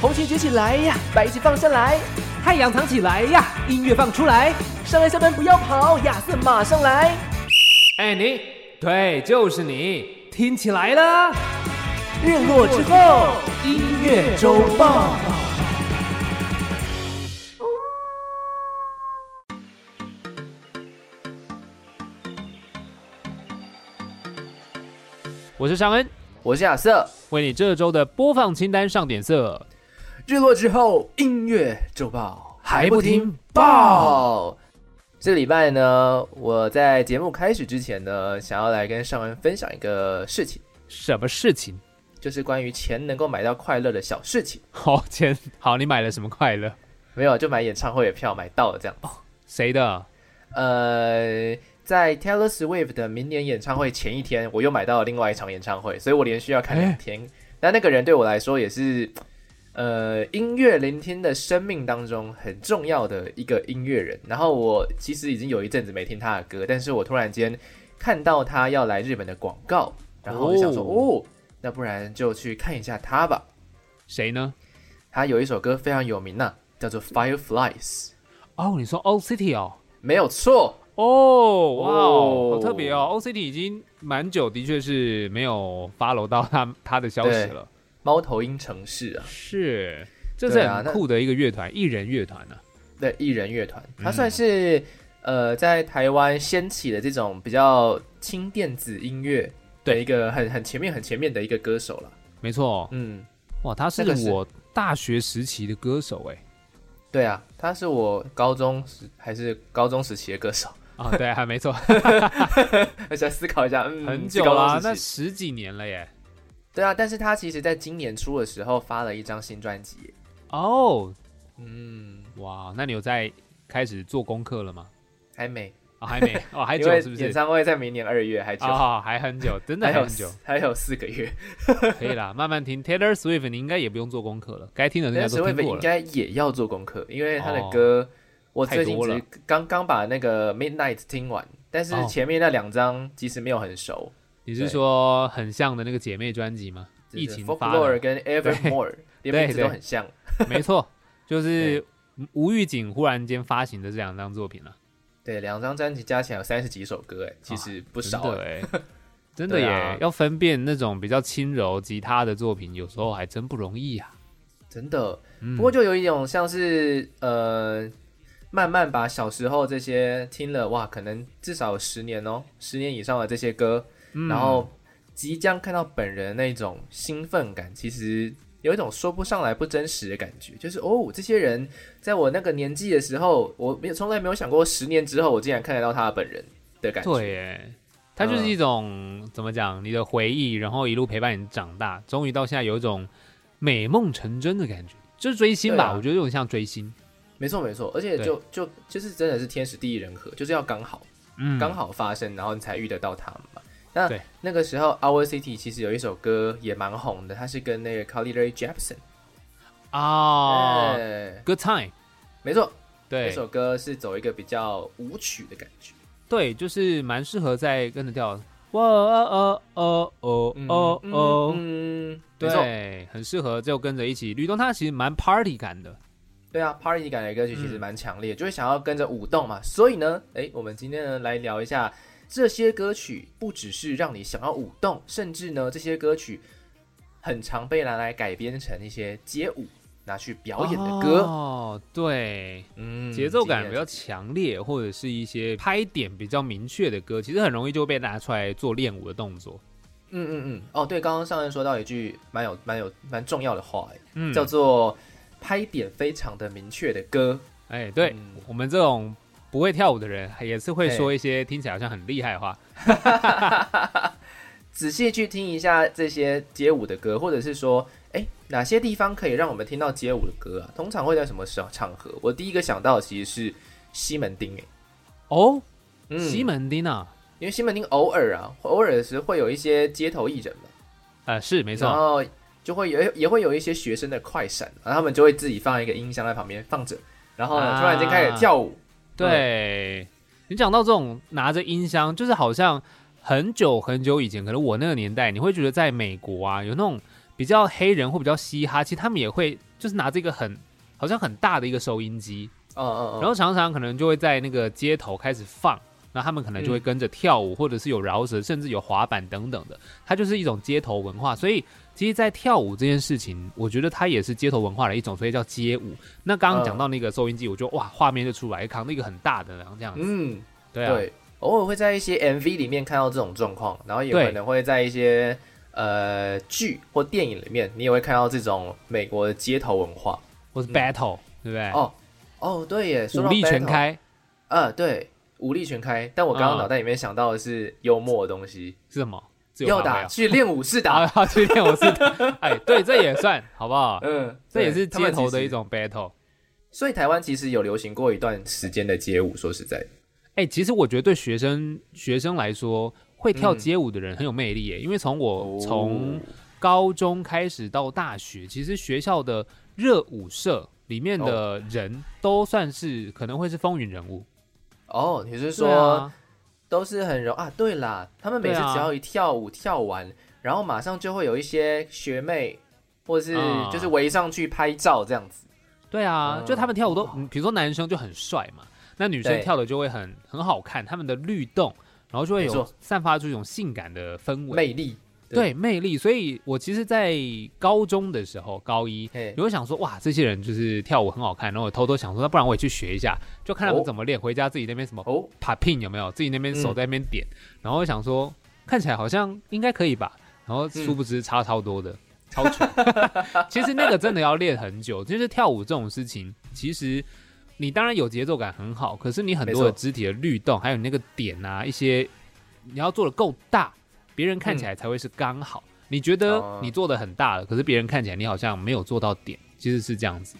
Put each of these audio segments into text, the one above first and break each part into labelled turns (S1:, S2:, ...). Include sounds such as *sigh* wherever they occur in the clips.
S1: 红旗举起来呀，白旗放下来，
S2: 太阳藏起来呀，音乐放出来。
S1: 上来下班不要跑，亚瑟马上来。
S2: 哎，你，对，就是你，听起来了。
S1: 日落之后，
S2: 音乐周报。我是尚恩，
S1: 我是亚瑟。
S2: 为你这周的播放清单上点色。
S1: 日落之后，音乐周报哦还不听
S2: 哦
S1: 报？这个礼拜呢，我在节目开始之前呢，想要来跟尚恩分享一个事情，
S2: 什么事情？
S1: 就是关于钱能够买到快乐的小事情。
S2: 好钱，好，你买了什么快乐？
S1: 没有，就买演唱会的票买到了这样。
S2: 谁的？
S1: 呃，在 Taylor Swift 的明年演唱会前一天，我又买到了另外一场演唱会，所以我连续要看两天。那、那个人对我来说也是，呃，音乐聆听的生命当中很重要的一个音乐人。然后我其实已经有一阵子没听他的歌，但是我突然间看到他要来日本的广告，然后我就想说，哦，那不然就去看一下他吧。
S2: 谁呢？
S1: 他有一首歌非常有名呐、叫做《Fireflies》，
S2: 哦，你说 O City 哦。
S1: 没有错。
S2: 哦，哇哦
S1: 哦，
S2: 好特别哦！O C T 已经蛮久，的确是没有 follow 到他他的消息了。
S1: 猫头鹰城市啊，
S2: 是，这是
S1: 对啊
S2: 很酷的一个乐团，艺人乐团呢、啊
S1: 对，艺人乐团，它
S2: 嗯
S1: 算是、呃在台湾掀起的这种比较轻电子音乐的一个很很前面很前面的一个歌手了。
S2: 没错，
S1: 嗯，
S2: 哇，他是
S1: 那个是
S2: 我大学时期的歌手哎。
S1: 对啊，他是我高中时还是高中时期的歌手， *laughs*
S2: 啊、对啊，没错，
S1: 而且思考一下，嗯，
S2: 很
S1: 是
S2: 久
S1: 高中
S2: 啦，
S1: 时
S2: 那
S1: 期
S2: 十几年了耶。
S1: 对啊，但是他其实在今年初的时候发了一张新专辑，
S2: 哦，
S1: 嗯，
S2: 哇，那你有在开始做功课了吗？
S1: 还没，
S2: 啊、还
S1: *laughs*
S2: 没，哦，还
S1: 因
S2: 久
S1: 为
S2: 是不
S1: 演
S2: 是？
S1: 唱会在明年二月，还久，
S2: 啊、还很
S1: *laughs*
S2: 久，真的
S1: 还
S2: 还
S1: 有
S2: 很久，
S1: 还有四个月。
S2: 可以
S1: *laughs*
S2: 啦，慢慢听。Taylor Swift 你应该也不用做功课了，该听的人家
S1: 但是
S2: 都
S1: 魏
S2: 听
S1: 北
S2: 过
S1: 应
S2: 了。
S1: 该也要做功课，因为他的
S2: 哦
S1: 歌，我
S2: 太
S1: 最近
S2: 多
S1: 只
S2: 了
S1: 是刚刚把那个 Midnight 听完，但是
S2: 哦
S1: 前面那两张其实没有很熟。
S2: 你是
S1: 对
S2: 说很像的那个姐妹专辑吗？疫情发
S1: Folklore
S2: 了，
S1: 跟
S2: *laughs*
S1: Evermore 连
S2: 对
S1: 名字都
S2: 对
S1: 很像。
S2: 没错，
S1: *laughs*
S2: 就是吴玉景忽然间发行的这两张作品了、
S1: 对，两张专辑加起来有三十几首歌，哎，其实不
S2: 不
S1: 少
S2: 真的
S1: 哎。
S2: 哎，
S1: *laughs*
S2: 真的耶、
S1: 对啊
S2: 要分辨那种比较轻柔吉他的作品，有时候还真不容易啊。
S1: 真的。
S2: 嗯，
S1: 不过就有一种像是呃，慢慢把小时候这些听了哇，可能至少有十年哦，十年以上的这些歌，
S2: 嗯
S1: 然后即将看到本人那种兴奋感，其实有一种说不上来不真实的感觉，就是哦，这些人在我那个年纪的时候，我没有从来没有想过，十年之后我竟然看得到他的本人的感觉。
S2: 对耶，它
S1: 嗯
S2: 就是一种、怎么讲，你的回忆，然后一路陪伴你长大，终于到现在有一种美梦成真的感觉，就是追星吧，
S1: 对啊
S2: 我觉得有点像追星。
S1: 没错没错，而且
S2: 对
S1: 就就就是真的是天时地利人和，就是要刚好
S2: 嗯，
S1: 刚好发生，然后你才遇得到他们嘛。那
S2: 对
S1: 那个时候，Our City 其实有一首歌也蛮红的，它是跟那个 c o l i l a r Jepson
S2: 啊、
S1: 哎
S2: g o o d time，
S1: 没错，
S2: 对，
S1: 那首歌是走一个比较舞曲的感觉。
S2: 对，就是蛮适合在跟着跳。哇哦哦哦哦哦哦，
S1: 嗯，嗯没错，
S2: 对，很适合就跟着一起律动。它其实蛮 party 感的，
S1: 对啊，Party 感的歌曲其实蛮强烈，就会想要跟着舞动
S2: 嗯
S1: 嘛。所以呢，哎，我们今天呢来聊一下这些歌曲，不只是让你想要舞动，甚至呢这些歌曲很常被拿来改编成一些街舞拿去表演的歌，
S2: 哦，对，
S1: 嗯，
S2: 节奏感
S1: 今
S2: 比
S1: 天
S2: 较强烈，或者是一些拍点比较明确的歌，其实很容易就被拿出来做练舞的动作。
S1: 嗯嗯嗯，哦，对，刚刚上任说到一句蛮有蛮有蛮重要的话，诶
S2: 嗯，
S1: 叫做拍点非常的明确的歌，
S2: 哎，对
S1: 嗯
S2: 我们这种不会跳舞的人，也是会
S1: 哎
S2: 说一些听起来好像很厉害的话。
S1: 仔细去听一下这些街舞的歌，或者是说，哎，哪些地方可以让我们听到街舞的歌啊？通常会在什么场场合？我第一个想到的其实是西门町，哎，
S2: 哦，
S1: 嗯，
S2: 西，门町啊，
S1: 因为西门町偶尔啊，偶尔时会有一些街头艺人嘛，
S2: 呃，是没
S1: 没然
S2: 错，
S1: 后就会也也会有一些学生的快闪，然后他们就会自己放一个音箱在旁边放着，然后呢，
S2: 啊
S1: 突然间开始跳舞，
S2: 对、呃你讲到这种拿着音箱，就是好像很久很久以前，可能我那个年代，你会觉得在美国啊，有那种比比较黑人或比较嘻哈，其实他们也会就是拿这个很好像很大的一个收音机，
S1: 嗯嗯
S2: 然
S1: 嗯，
S2: 后常常可能就会在那个街头开始放，那他们可能就会跟着跳舞，或者是有饶舌，甚至有滑板等等的，它就是一种街头文化。所以，其实，在跳舞这件事情，我觉得它也是街头文化的一种，所以叫街舞。那刚刚讲到那个收音机，我就哇，画面就出来，扛那个很大的，然后这样子，
S1: 嗯，
S2: 对啊，
S1: 偶尔会在一些 MV 里面看到这种状况，然后也可
S2: 对
S1: 能会在一些呃剧或电影里面，你也会看到这种美国的街头文化。
S2: 或是 battle，、对不对？
S1: 嗯哦哦，对耶，说
S2: 哎武
S1: 到
S2: 力全
S1: battle，
S2: 开
S1: 啊，对，武力全开。但我刚刚
S2: 嗯
S1: 脑袋里面想到的是幽默的东西，
S2: 是什么？自由
S1: 要
S2: 发挥
S1: 打
S2: 啊
S1: 去练武
S2: *laughs*
S1: 士打，
S2: 啊，去练我是打，哎，对，这也算，好不好？
S1: 嗯，
S2: 哎这也是
S1: 对他们
S2: 街头
S1: 其
S2: 的
S1: 实
S2: 一种 battle。
S1: 所以台湾其实有流行过一段时间的街舞，说实在的，
S2: 哎、其实我觉得对学生学生来说，会跳
S1: 嗯
S2: 街舞的人很有魅力耶。因为从我
S1: 哦
S2: 从高中开始到大学，其实学校的热舞社里面
S1: 哦
S2: 的人都算是可能会是风云人物。
S1: 哦，你是
S2: 对
S1: 说
S2: 啊，
S1: 都是很柔啊？对啦，他们每次
S2: 对啊
S1: 只要一跳舞跳完，然后马上就会有一些学妹或是
S2: 啊
S1: 就是围上去拍照这样子，
S2: 对啊，
S1: 嗯
S2: 就他们跳舞都
S1: 哇，
S2: 嗯比如说男生就很帅嘛，那女生
S1: 对
S2: 跳的就会很很好看，他们的律动，然后就会
S1: 没
S2: 有
S1: 错
S2: 散发出一种性感的氛围。
S1: 魅力，
S2: 对魅力，所以我其实，在高中的时候，高一
S1: 嘿
S2: 你，会想说，哇，这些人就是跳舞很好看，然后我偷偷想说，那不然我也去学一下，就看他们
S1: 哦
S2: 怎么练，回家自己那边什么
S1: 哦，
S2: popping 有没有，自己那边手
S1: 嗯
S2: 在那边点，然后我想说，看起来好像应该可以吧，然后
S1: 嗯
S2: 殊不知差超多的，超
S1: *laughs*
S2: 蠢。其实那个真的要练很久，就是跳舞这种事情，其实你当然有节奏感很好，可是你很
S1: 没
S2: 多的
S1: 错
S2: 肢体的律动，还有你那个点啊，一些你要做的够大，别人看起
S1: 嗯
S2: 来才会是刚好。你觉得
S1: 哦
S2: 你做的很大了，可是别人看起来你好像没有做到点，其实是这样子。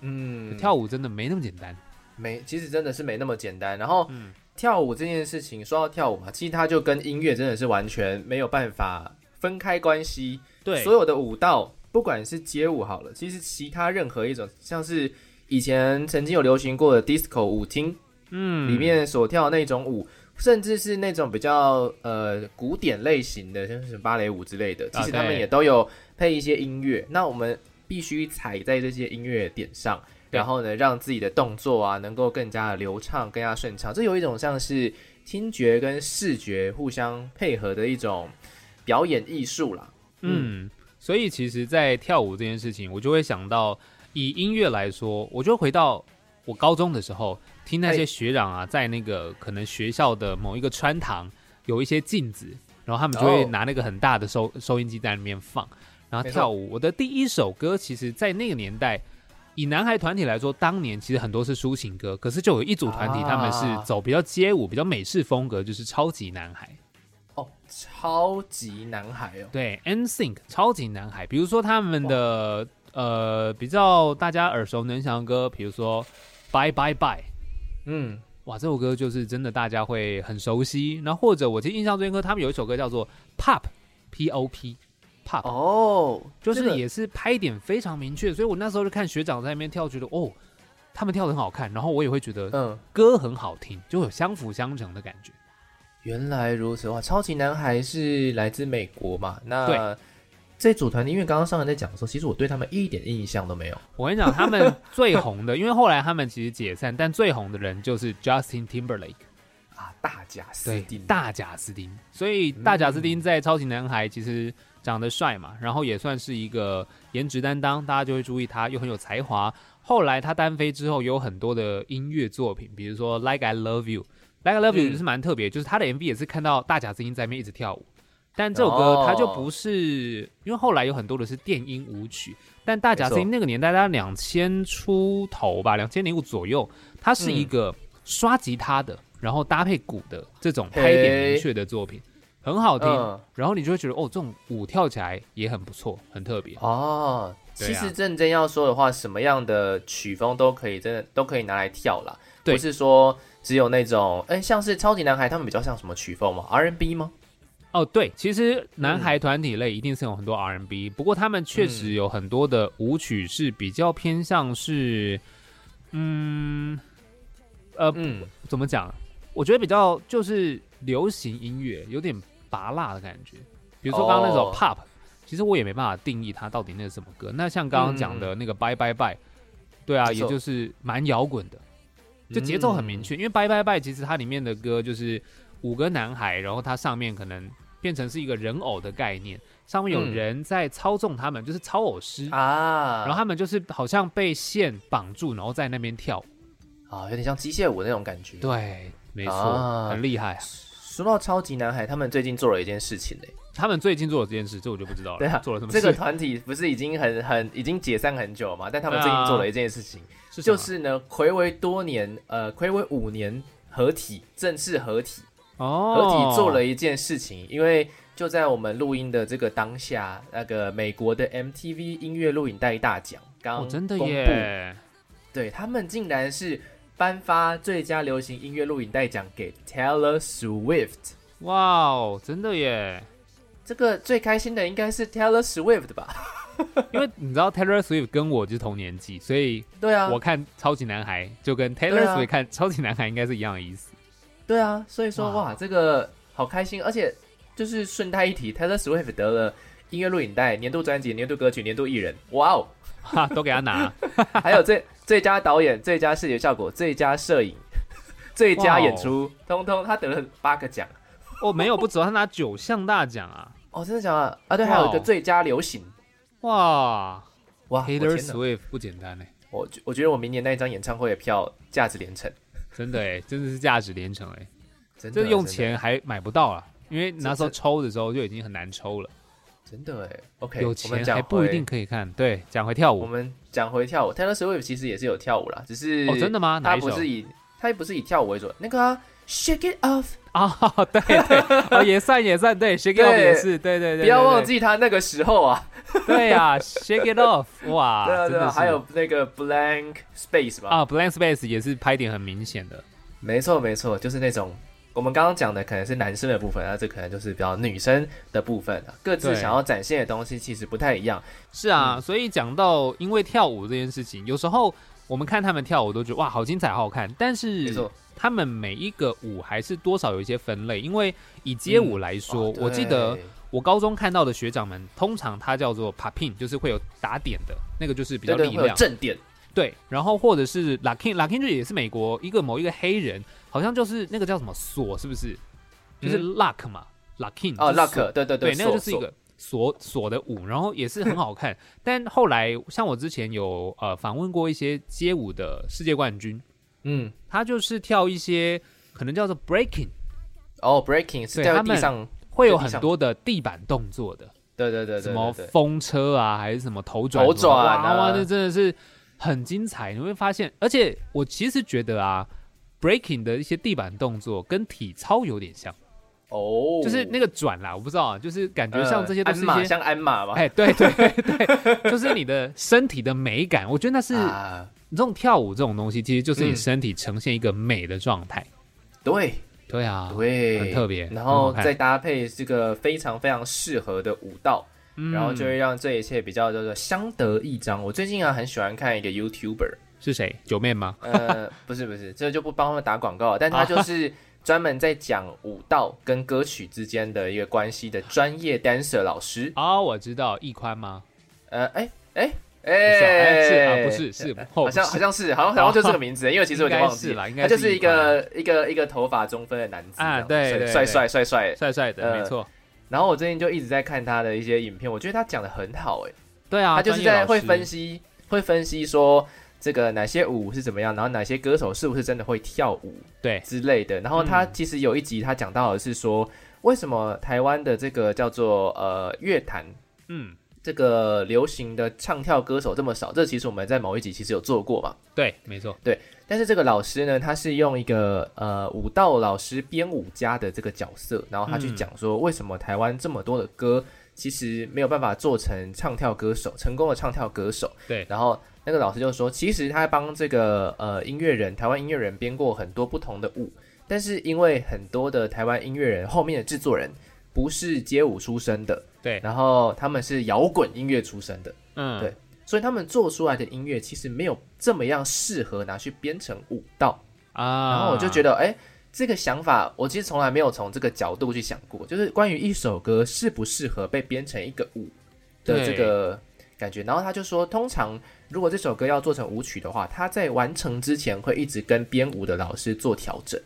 S1: 嗯，
S2: 跳舞真的没那么简单。
S1: 没，其实真的是没那么简单。然后、
S2: 嗯
S1: 跳舞这件事情，说到跳舞嘛，其实它就跟音乐真的是完全没有办法分开关系。所有的舞蹈，不管是街舞好了，其实其他任何一种，像是以前曾经有流行过的 disco 舞厅
S2: 嗯
S1: 里面所跳的那种舞，甚至是那种比较呃古典类型的，像是芭蕾舞之类的，其
S2: 啊
S1: 实他们
S2: 对
S1: 也都有配一些音乐。那我们必须踩在这些音乐点上，
S2: 对
S1: 然后呢，让自己的动作啊能够更加的流畅、更加顺畅。这有一种像是听觉跟视觉互相配合的一种表演艺术啦。
S2: 嗯，所以其实，在跳舞这件事情，我就会想到，以音乐来说，我就回到我高中的时候，听那些
S1: 哎
S2: 学长啊，在那个可能学校的某一个穿堂有一些镜子，然后他们就会
S1: 哦
S2: 拿那个很大的收收音机在那边放，然后
S1: 没错
S2: 跳舞。我的第一首歌，其实在那个年代。以男孩团体来说，当年其实很多是抒情歌，可是就有一组团体，他们
S1: 啊
S2: 是走比较街舞、比较美式风格，就是超级男孩。
S1: 哦，超级男孩哦，
S2: 对，NSYNC 超级男孩，比如说他们的呃比较大家耳熟能详的歌，比如说 Bye Bye Bye，
S1: 嗯，
S2: 哇，这首歌就是真的大家会很熟悉。然后或者我其实印象最深刻，他们有一首歌叫做 Pop P O P Pop，、
S1: 哦，
S2: 就
S1: 这个
S2: 是也是拍点非常明确，所以我那时候就看学长在那边跳，觉得哦，他们跳得很好看，然后我也会觉得
S1: 嗯，
S2: 歌很好听，就有相辅相成的感觉。
S1: 原来如此哇！超级男孩是来自美国嘛？那这组团体，因为刚刚上人在讲的时候，其实我对他们一点印象都没有。
S2: 我跟你讲，他们最红的，因 *laughs* 为后来他们其实解散，但最红的人就是 Justin Timberlake。
S1: 啊，大贾斯
S2: 对
S1: 汀，，
S2: 大贾斯
S1: 嗯
S2: 汀。所以大贾斯汀在《超级男孩》其实长得帅嘛，然后也算是一个颜值担当，大家就会注意他，又很有才华。后来他单飞之后，有很多的音乐作品，比如说《Like I Love You》，《Like I Love You》
S1: 嗯
S2: 就是蛮特别，就是他的 MV 也是看到大贾斯汀在那边一直跳舞。但这首歌
S1: 哦
S2: 它就不是，因为后来有很多的是电音舞曲，但大贾斯
S1: 没
S2: 汀
S1: 错
S2: 那个年代，大概两千出头吧，两千零五左右，它是一个刷吉他的，然后搭配鼓的这种拍点明确的作品，很好听。
S1: 嗯，
S2: 然后你就会觉得哦，这种舞跳起来也很不错，很特别。
S1: 哦，
S2: 对啊
S1: 其实认真要说的话，什么样的曲风都可以，真的都可以拿来跳啦。
S2: 对
S1: 不是说只有那种，哎，像是超级男孩，他们比较像什么曲风吗？R&B 吗？
S2: 哦，对，其实男孩团体类一定是有很多 R&B，、不过他们确实有很多的舞曲是比较偏向是，嗯，呃，
S1: 嗯，
S2: 怎么讲？我觉得比较就是流行音乐，有点拔辣的感觉。比如说刚刚那首
S1: 哦
S2: Pop，、其实我也没办法定义它到底那是什么歌。那像刚刚讲的那个《拜拜拜》，对啊，
S1: 嗯没
S2: 也
S1: 错嗯
S2: 就是蛮摇滚的，就节奏很明确。因为《拜拜拜》其实它里面的歌就是五个男孩，然后它上面可能变成是一个人偶的概念，上面有
S1: 嗯
S2: 人在操纵他们，就是操偶师。
S1: 啊，
S2: 然后他们就是好像被线绑住，然后在那边跳舞。
S1: 啊，有点像机械舞那种感觉。，
S2: 对，没错，
S1: 啊
S2: 很厉害啊。
S1: 说到超级男孩，他们最近做了一件事情嘞、
S2: 他们最近做了这件事，这我就不知道了。
S1: 对啊
S2: 做了什么
S1: 这
S2: 事？
S1: 个团体不是已经很很已经解散很久嘛？但他们最近做了一件事情，
S2: 啊是什
S1: 就
S2: 么
S1: 是呢，暌违多年，呃，暌违五年合体，正式合体，合
S2: 哦，
S1: 体做了一件事情，因为就在我们录音的这个当下，那个美国的 MTV 音乐录影带大奖刚
S2: 哦，
S1: 公布，
S2: 真的耶！
S1: 对他们竟然是颁发最佳流行音乐录影带奖给 Taylor Swift。
S2: 哇哦，真的耶！ *laughs*
S1: 这个最开心的应该是 Taylor Swift 吧？
S2: 因为你知道 Taylor Swift 跟我就是同年纪，所以
S1: 对啊，
S2: 我看超级男孩就跟
S1: 对
S2: Taylor
S1: 啊
S2: Swift 看超级男孩应该是一样的意思。 *laughs*
S1: 对啊，所以说
S2: 哇
S1: 哇，这个好开心，而且就是顺带一提，Taylor Swift 得了音乐录影带年度专辑、年度歌曲、年度艺人，哇
S2: *laughs*
S1: 哦！
S2: 哈，啊都给他拿，
S1: 还有最最佳导演、最佳视觉效果、最佳摄影、 *laughs* 最佳演出，通通他得了八个奖。
S2: 哦，没有不止哦，他拿九项大奖啊！
S1: 哦，真的假的？啊，对，
S2: 哇哦
S1: 还有一个最佳流行。
S2: 哇
S1: 哇，啊我
S2: ，Taylor
S1: 天哪！
S2: Swift 不简单哎，
S1: 我我觉得我明年那一张演唱会的票价值连城，
S2: 真的
S1: *laughs*
S2: 哎，真的是价值连城哎，
S1: 真的
S2: 这用
S1: 真的
S2: 钱还买不到啊，因为那时候
S1: 这
S2: 抽的时候就已经很难抽了，
S1: 真的哎。OK，
S2: 有
S1: 我们
S2: 钱
S1: 讲
S2: 还不一
S1: 回
S2: 定可以看。对，讲回跳
S1: 我
S2: 舞，
S1: 们讲回跳舞，Taylor Swift 其实也是有跳舞啦，只是
S2: 哦，真的吗？哪
S1: 他
S2: 一首
S1: 不？是以他不是以跳舞为主，那个、啊、Shake It Off，
S2: 啊、对对，哦，也算也算对，Shake It Off
S1: 对
S2: 也是，对对对，
S1: 不要
S2: 对
S1: 忘，记他那个时候啊，
S2: 对呀、s h a k e It
S1: *laughs*
S2: Off，哇，
S1: 对啊对
S2: 真
S1: 啊，
S2: 的是
S1: 还有那个 Blank Space 吧，
S2: 啊，Blank Space 也是拍点很明显的，
S1: 没错没错，就是那种我们刚刚讲的可能是男生的部分，那这可能就是比较女生的部分啊，各自
S2: 对
S1: 想要展现的东西其实不太一样，
S2: 是
S1: 嗯
S2: 啊，所以讲到因为跳舞这件事情，有时候我们看他们跳舞都觉得哇，好精彩，好好看，但
S1: 没
S2: 是
S1: 错，
S2: 他们每一个舞还是多少有一些分类，因为以街舞来说，
S1: 哦
S2: 我记得
S1: 对
S2: 我高中看到的学长们，通常它叫做 popping，就是会有打点的那个，就是比较
S1: 对对
S2: 力
S1: 会有
S2: 量。嗯
S1: 正点，
S2: 对，然后或者是 Lakin Lakin 就也是美国一个某一个黑人，好像就是那个叫什么锁，是不是？就是 Luck 嘛、l u c k i n
S1: 哦 Luck，对对
S2: 对，那个
S1: 锁
S2: 就是一
S1: 锁
S2: 个锁锁的舞，然后也是很好看。但后来像我之前有呃访问过一些街舞的世界冠军，
S1: 嗯，
S2: 他就是跳一些可能叫做 breaking，
S1: 哦 Breaking 是
S2: 对
S1: 在
S2: 他
S1: 地
S2: 们
S1: 上，
S2: 会有
S1: 在地
S2: 很
S1: 上
S2: 多的地板动作的。
S1: 对对对对
S2: 什
S1: 对
S2: 么
S1: 对
S2: 风车啊，还是什么头转
S1: 头
S2: 什么的
S1: 转啊
S2: 哇哇，那真的是很精彩。你会发现，而且我其实觉得啊，breaking 的一些地板动作跟体操有点像，
S1: 哦，
S2: 就是那个转啦，我不知道啊，就是感觉像
S1: 呃
S2: 这些都
S1: 鞍
S2: 是
S1: 马
S2: 一些，
S1: 像鞍马嘛，
S2: 哎，对对对， *laughs* 就是你的身体的美感。我觉得那是
S1: 啊，
S2: 你这种跳舞这种东西，其实就是你
S1: 嗯
S2: 身体呈现一个美的状态。
S1: 对
S2: 对啊，
S1: 对，
S2: 很特别
S1: 然
S2: 很好
S1: 后
S2: 看
S1: 再搭配这个非常非常适合的舞蹈，
S2: 嗯
S1: 然后就会让这一切比较叫做相得益彰。我最近啊很喜欢看一个 YouTuber，
S2: 是谁？九妹吗？ *laughs*
S1: 呃，不是不是，这就不帮他们打广告了，但
S2: 啊
S1: 他就是专门在讲舞蹈跟歌曲之间的一个关系的专业 dancer 老师。
S2: 哦，我知道，易宽吗？
S1: 呃，哎哎
S2: 不是啊哎，是啊，
S1: 哎，
S2: 不是，是哦
S1: 好
S2: 不
S1: 像
S2: 是哦
S1: 好像是，好像好像就这个名字，因为其实我有点忘记
S2: 应该是啦应该
S1: 他
S2: 是
S1: 就是一
S2: 一款
S1: 个一个一个头发中分的男子
S2: 啊
S1: 这样
S2: 对对
S1: 帅
S2: 对
S1: 帅帅帅。
S2: 帅帅的，
S1: 呃
S2: 没错。
S1: 然后我最近就一直在看他的一些影片，我觉得他讲的很好，哎，
S2: 对啊，
S1: 他就是
S2: 专业
S1: 在
S2: 老
S1: 会
S2: 师
S1: 分析，会分析说这个哪些舞是怎么样，然后哪些歌手是不是真的会跳舞
S2: 对
S1: 之类的。然后他
S2: 嗯
S1: 其实有一集他讲到的是说，为什么台湾的这个叫做呃乐坛
S2: 嗯，
S1: 这个流行的唱跳歌手这么少？这其实我们在某一集其实有做过嘛。
S2: 对，没错，
S1: 但是这个老师呢，他是用一个呃舞蹈老师、编舞家的这个角色，然后他去
S2: 嗯
S1: 讲说，为什么台湾这么多的歌其实没有办法做成唱跳歌手，成功的唱跳歌手。
S2: 对
S1: 然后那个老师就说，其实他帮这个呃音乐人，台湾音乐人编过很多不同的舞，但是因为很多的台湾音乐人后面的制作人不是街舞出身的，
S2: 对，
S1: 然后他们是摇滚音乐出身的。
S2: 嗯，
S1: 对所以他们做出来的音乐其实没有这么样适合拿去编成舞蹈，
S2: 啊，
S1: 然后我就觉
S2: 得
S1: 得，哎、这个想法我其实从来没有从这个角度去想过，就是关于一首歌适不适合被编成一个舞，的
S2: 对
S1: 这个感觉。然后他就说，通常如果这首歌要做成舞曲的话，他在完成之前会一直跟编舞的老师做调整。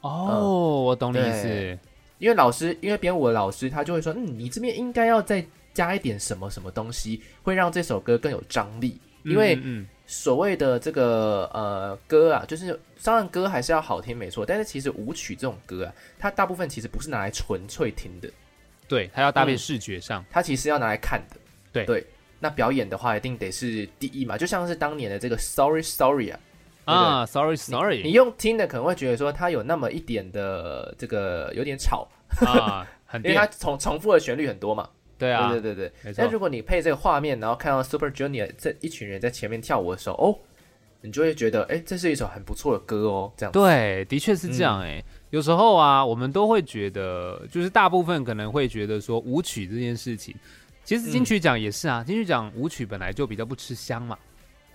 S2: 哦，我懂你意思
S1: 对。因为老师，因为编舞的老师，他就会说，嗯，你这边应该要再加一点什么什么东西，会让这首歌更有张力。因为
S2: 嗯嗯
S1: 所谓的这个呃歌啊，就是当然歌还是要好听没错，但是其实舞曲这种歌啊，它大部分其实不是拿来纯粹听的，
S2: 嗯对，它要搭配
S1: 嗯
S2: 视觉上，
S1: 它其实要拿来看的。
S2: 对
S1: 对，那表演的话一定得是第一嘛，就像是当年的这个 Sorry Sorry 啊，对不对
S2: 啊，sorry
S1: 你
S2: sorry
S1: 用听的可能会觉得说它有那么一点的这个有点吵，
S2: 啊，很
S1: 因为它
S2: 电，
S1: 重重复的旋律很多嘛。
S2: 对啊，
S1: 对对对
S2: 没
S1: 对。
S2: 错
S1: 但如果你配这个画面，然后看到 Super Junior 这一群人在前面跳舞的时候，哦，你就会觉得，哎，这是一首很不错的歌哦，这样子。
S2: 对，的确是这样哎、有时候啊，我们都会觉得，就是大部分可能会觉得说舞曲这件事情，其实金曲奖也是啊，金曲奖舞曲本来就比较不吃香嘛，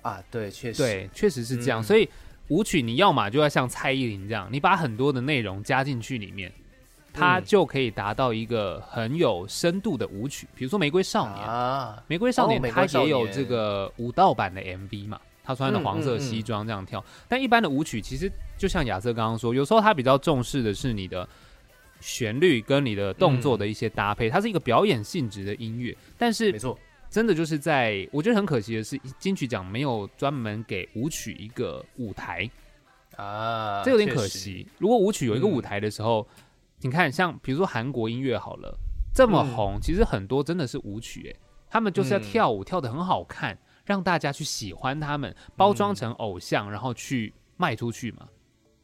S1: 啊，对，确实，
S2: 对，确实是这样，
S1: 嗯
S2: 所以舞曲你要嘛就要像蔡依林这样，你把很多的内容加进去里面。它
S1: 嗯
S2: 就可以达到一个很有深度的舞曲，比如说《玫瑰少年》
S1: 啊，
S2: 玫瑰少年
S1: 哦玫
S2: 它
S1: 瑰少
S2: 也有
S1: 年嗯
S2: 这个舞蹈版的 MV 嘛，他穿着黄色西装这样跳。但一般的舞曲其实就像亚瑟刚刚说，有时候他比较重视的是你的旋律跟你的动
S1: 嗯
S2: 作的一些搭配，它是一个表演性质的音乐。但
S1: 没
S2: 是
S1: 错，
S2: 真的就是在我觉得很可惜的是，金曲奖没有专门给舞曲一个舞台，
S1: 啊，
S2: 这有点
S1: 确
S2: 可
S1: 实，
S2: 惜。如果舞曲有一个舞台的时候，你看像比如说韩国音乐好了，这么
S1: 嗯
S2: 红，其实很多真的是舞曲、欸，他们就是要
S1: 嗯嗯
S2: 跳舞，跳得很好看，让大家去喜欢他们，包装成偶像，然后去卖出去嘛。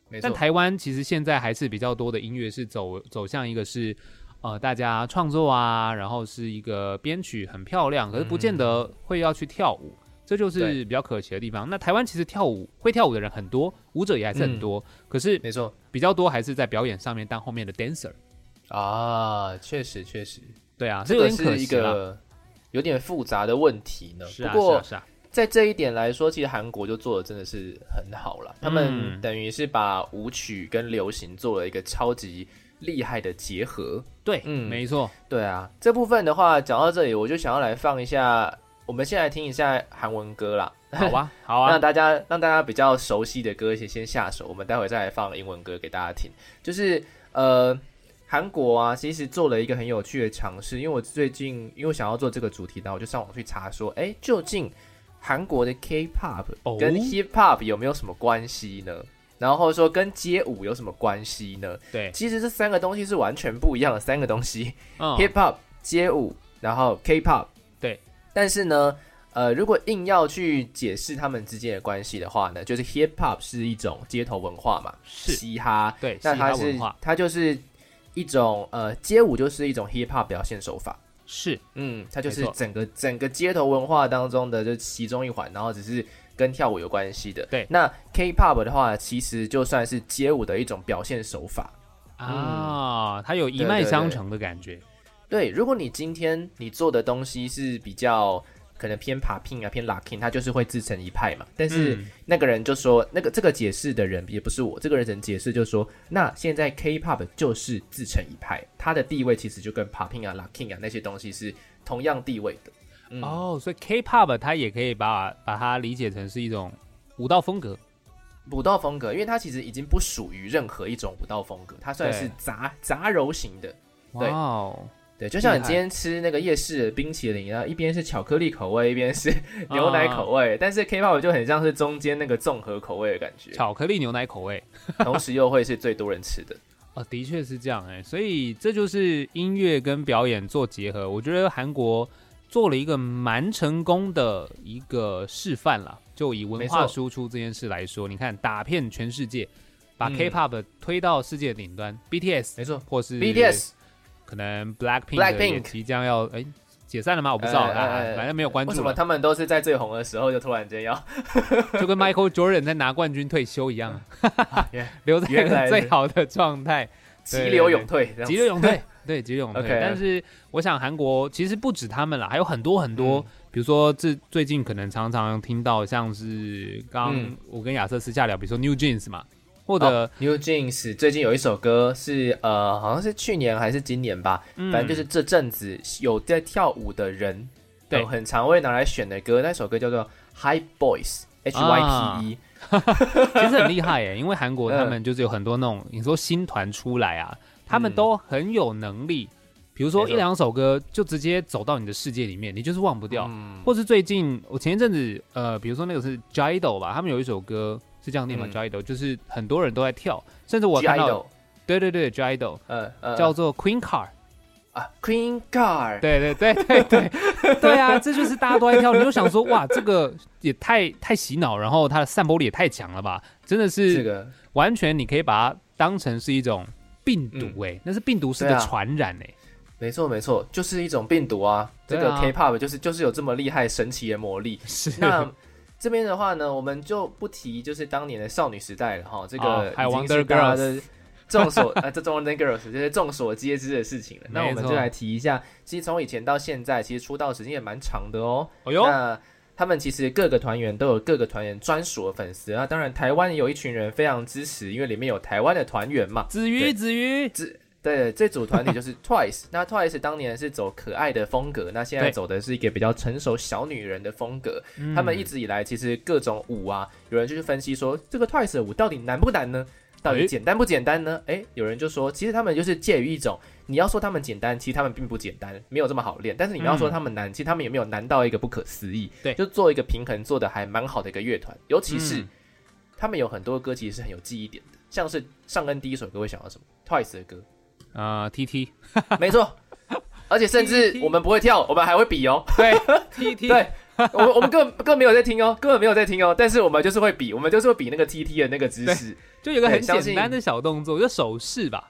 S1: 没
S2: 但
S1: 错，
S2: 台湾其实现在还是比较多的音乐是走走向一个是。呃，大家创作啊，然后是一个编曲很漂亮，可是不见得会要去跳舞，这就是
S1: 嗯对
S2: 比较可惜的地方。那台湾其实跳舞会跳舞的人很多，舞者也还是很
S1: 嗯
S2: 多，可是
S1: 没错
S2: 比较多还是在表演上面当后面的 dancer。
S1: 啊，确实确实，
S2: 对啊，这
S1: 这
S2: 有
S1: 个
S2: 点可
S1: 是一
S2: 惜啦。
S1: 个有点复杂的问题呢。
S2: 是啊，
S1: 不
S2: 是
S1: 过
S2: 啊，是啊，
S1: 在这一点来说，其实韩国就做的真的是很好了。他们
S2: 嗯
S1: 等于是把舞曲跟流行做了一个超级厉害的结合。
S2: 对，
S1: 嗯
S2: 没错。
S1: 对啊，这部分的话讲到这里，我就想要来放一下，我们先来听一下韩文歌啦，
S2: 好
S1: *laughs*
S2: 啊，好
S1: 让
S2: 啊，
S1: 大家让大家比较熟悉的歌先先下手，我们待会再来放英文歌给大家听。就是呃，韩国啊，其实做了一个很有趣的尝试，因为我最近因为想要做这个主题，然后我就上网去查说，哎，究竟韩国的 K-pop 跟
S2: 哦
S1: Hip Hop 有没有什么关系呢？然后或者说跟街舞有什么关系呢？
S2: 对，
S1: 其实这三个东西是完全不一样的三个东西。
S2: 嗯，
S1: hip hop 街舞，然后 K-pop，
S2: 对。
S1: 但是呢，呃，如果硬要去解释他们之间的关系的话呢，就是 hip hop 是一种街头文化嘛，
S2: 是，
S1: 嘻哈，
S2: 对，嘻
S1: 那
S2: 哈
S1: 它是
S2: 文化
S1: 它就是一种呃街舞就是一种 hip hop 表现手法，
S2: 是
S1: 嗯，它就
S2: 没
S1: 是
S2: 错
S1: 整个整个街头文化当中的就其中一环，然后只是。跟跳舞有关系的，
S2: 对
S1: 那 K-pop 的话，其实就算是街舞的一种表现手法，
S2: 啊，它有一
S1: 嗯对
S2: 脉
S1: 对
S2: 相
S1: 对
S2: 承的感觉。
S1: 对，如果你今天你做的东西是比较可能偏 popping 啊，偏 locking，它就是会自成一派嘛。但是
S2: 嗯
S1: 那个人就说，那个这个解释的人也不是我，这个人解释就说，那现在 K-pop 就是自成一派，它的地位其实就跟 popping 啊、locking 啊那些东西是同样地位的。嗯，
S2: 哦，所以 K-pop 它也可以把把它理解成是一种舞蹈风格。
S1: 舞蹈风格，因为它其实已经不属于任何一种舞蹈风格，它算
S2: 对
S1: 是杂杂糅型的。
S2: 哇
S1: 对
S2: 哦，
S1: 对，就像
S2: 厉
S1: 你
S2: 害
S1: 今天吃那个夜市的冰淇淋啊，一边是巧克力口味，一边是 *laughs* 牛奶
S2: 啊
S1: 口味，但是 K-pop 就很像是中间那个综合口味的感觉，
S2: 巧克力牛奶口味。
S1: 同时又会是最多人吃的。
S2: 哦，的确是这样哎、所以这就是音乐跟表演做结合，我觉得韩国做了一个蛮成功的一个示范啦。就以文
S1: 没
S2: 化
S1: 错
S2: 输出这件事来说，你看打遍全世界，把
S1: 嗯
S2: K-pop 推到世界顶端、b t s
S1: 没错
S2: 或是
S1: BTS
S2: 可能 Blackpink 的
S1: Blackpink
S2: 也即将要哎、解散了吗？我不知道
S1: 哎
S2: 啊，
S1: 哎哎哎
S2: 反正没有关
S1: 为
S2: 注
S1: 什么
S2: 了，
S1: 他们都是在最红的时候就突然间要？ *laughs*
S2: 就跟 Michael Jordan 在拿冠军退休一样，
S1: 嗯
S2: *laughs*
S1: 原
S2: 留在一
S1: 原来
S2: 个
S1: 是
S2: 最好的状态。
S1: 急流勇退，这样
S2: 急流勇
S1: *laughs*
S2: 退，对，急流勇退。
S1: OK
S2: 但是我想韩国其实不止他们啦，还有很多很多，
S1: 嗯
S2: 比如说这最近可能常常听到像是刚
S1: 嗯
S2: 我跟亚瑟私下聊，比如说 New Jeans 嘛，或者、
S1: 哦 New Jeans 最近有一首歌是呃，好像是去年还是今年吧，
S2: 嗯
S1: 反正就是这阵子有在跳舞的人
S2: 对
S1: 呃很常会拿来选的歌，那首歌叫做 High Boys H
S2: 啊
S1: Y P E，、
S2: *laughs* 其实很厉害耶，因为韩国他们就是有很多那种你说新团出来啊，他们都很有能力，比如说
S1: 嗯没
S2: 一
S1: 错
S2: 两首歌就直接走到你的世界里面，你就是忘不掉。
S1: 嗯，
S2: 或是最近我前一阵子呃，比如说那个是 Jido 吧，他们有一首歌是这样念嘛
S1: 嗯
S2: ，Jido 就是很多人都在跳，甚至我
S1: G
S2: 看
S1: Idol，
S2: 到对对对 Jido
S1: 呃呃，
S2: 叫做 Queen Car，
S1: 啊 Queen Car，
S2: 对对对对 *laughs* 对对啊，这就是大家都在跳，你就想说哇，这个也太太洗脑，然后它的散播力也太强了吧，真的是
S1: 这个
S2: 完全你可以把它当成是一种病毒哎、那是病毒式
S1: 嗯对
S2: 的
S1: 啊
S2: 传染哎、
S1: 没错没错，就是一种病毒啊，这
S2: 对
S1: 个
S2: 啊
S1: K-pop 就是就是有这么厉害神奇的魔
S2: *laughs*
S1: 力，
S2: 是
S1: 那这边的话呢，我们就不提就是当年的少女时代了哈，这
S2: 哦
S1: 个
S2: ，I
S1: 已经是
S2: Wonder
S1: 大家的众所 *laughs* 啊，这中 Wonder Girls 这是众所皆知的事情了。那我
S2: 没
S1: 们
S2: 错
S1: 就来提一下，其实从以前到现在，其实出道时间也蛮长的哦。
S2: 哦哟，
S1: 那他们其实各个团员都有各个团员专属的粉丝啊，那当然台湾有一群人非常支持，因为里面有台湾的团员嘛。
S2: 子瑜
S1: 对
S2: 子瑜，
S1: 对，这组团体就是 *laughs* Twice。那 Twice 当年是走可爱的风格，那现在
S2: 对嗯
S1: 走的是一个比较成熟小女人的风格。他们一直以来其实各种舞啊，有人就去分析说这个 Twice 的舞到底难不难呢？到
S2: 诶
S1: 底简单不简单呢？诶、有人就说，其实他们就是介于一种，你要说他们简单，其实他们并不简单，没有这么好练。但是你要说他们难，其实他们也没有难到一个不可思议。
S2: 嗯对
S1: 就做一个平衡，做的还蛮好的一个乐团。尤其是、
S2: 嗯
S1: 他们有很多歌其实是很有记忆点的，像是上恩第一首歌会想到什么 Twice 的歌，
S2: 呃 T T *laughs*
S1: 没错。而且甚至我们不会跳，我们还会
S2: *laughs*
S1: 比哦。
S2: 对 T T
S1: 对我们我们根本根本没有在听哦，根本没有在听哦。但是我们就是会比，我们就是会比那个 TT 的那个姿势，
S2: 就有个很
S1: 对相信
S2: 简单的小动作，就手势吧。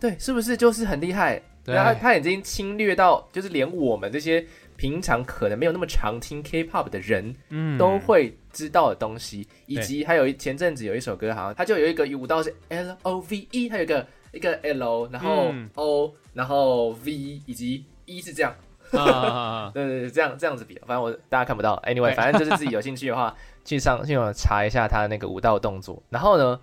S1: 对，是不是就是很厉害？
S2: 对
S1: 然后他已经侵略到，就是连我们这些平常可能没有那么常听 K-pop 的人
S2: 嗯
S1: 都会知道的东西，以及还有一前阵子有一首歌，好像它就有一个舞蹈是 L O V E，它有一个一个 L，然后
S2: 嗯
S1: O，、然后 V 以及 E 是这样。
S2: 啊啊啊
S1: 对对对，这样这样子比，反正我大家看不到。
S2: 对
S1: Anyway，反正就是自己有兴趣
S2: *laughs*
S1: 的话，去上去网查一下他那个舞蹈动作。然后呢，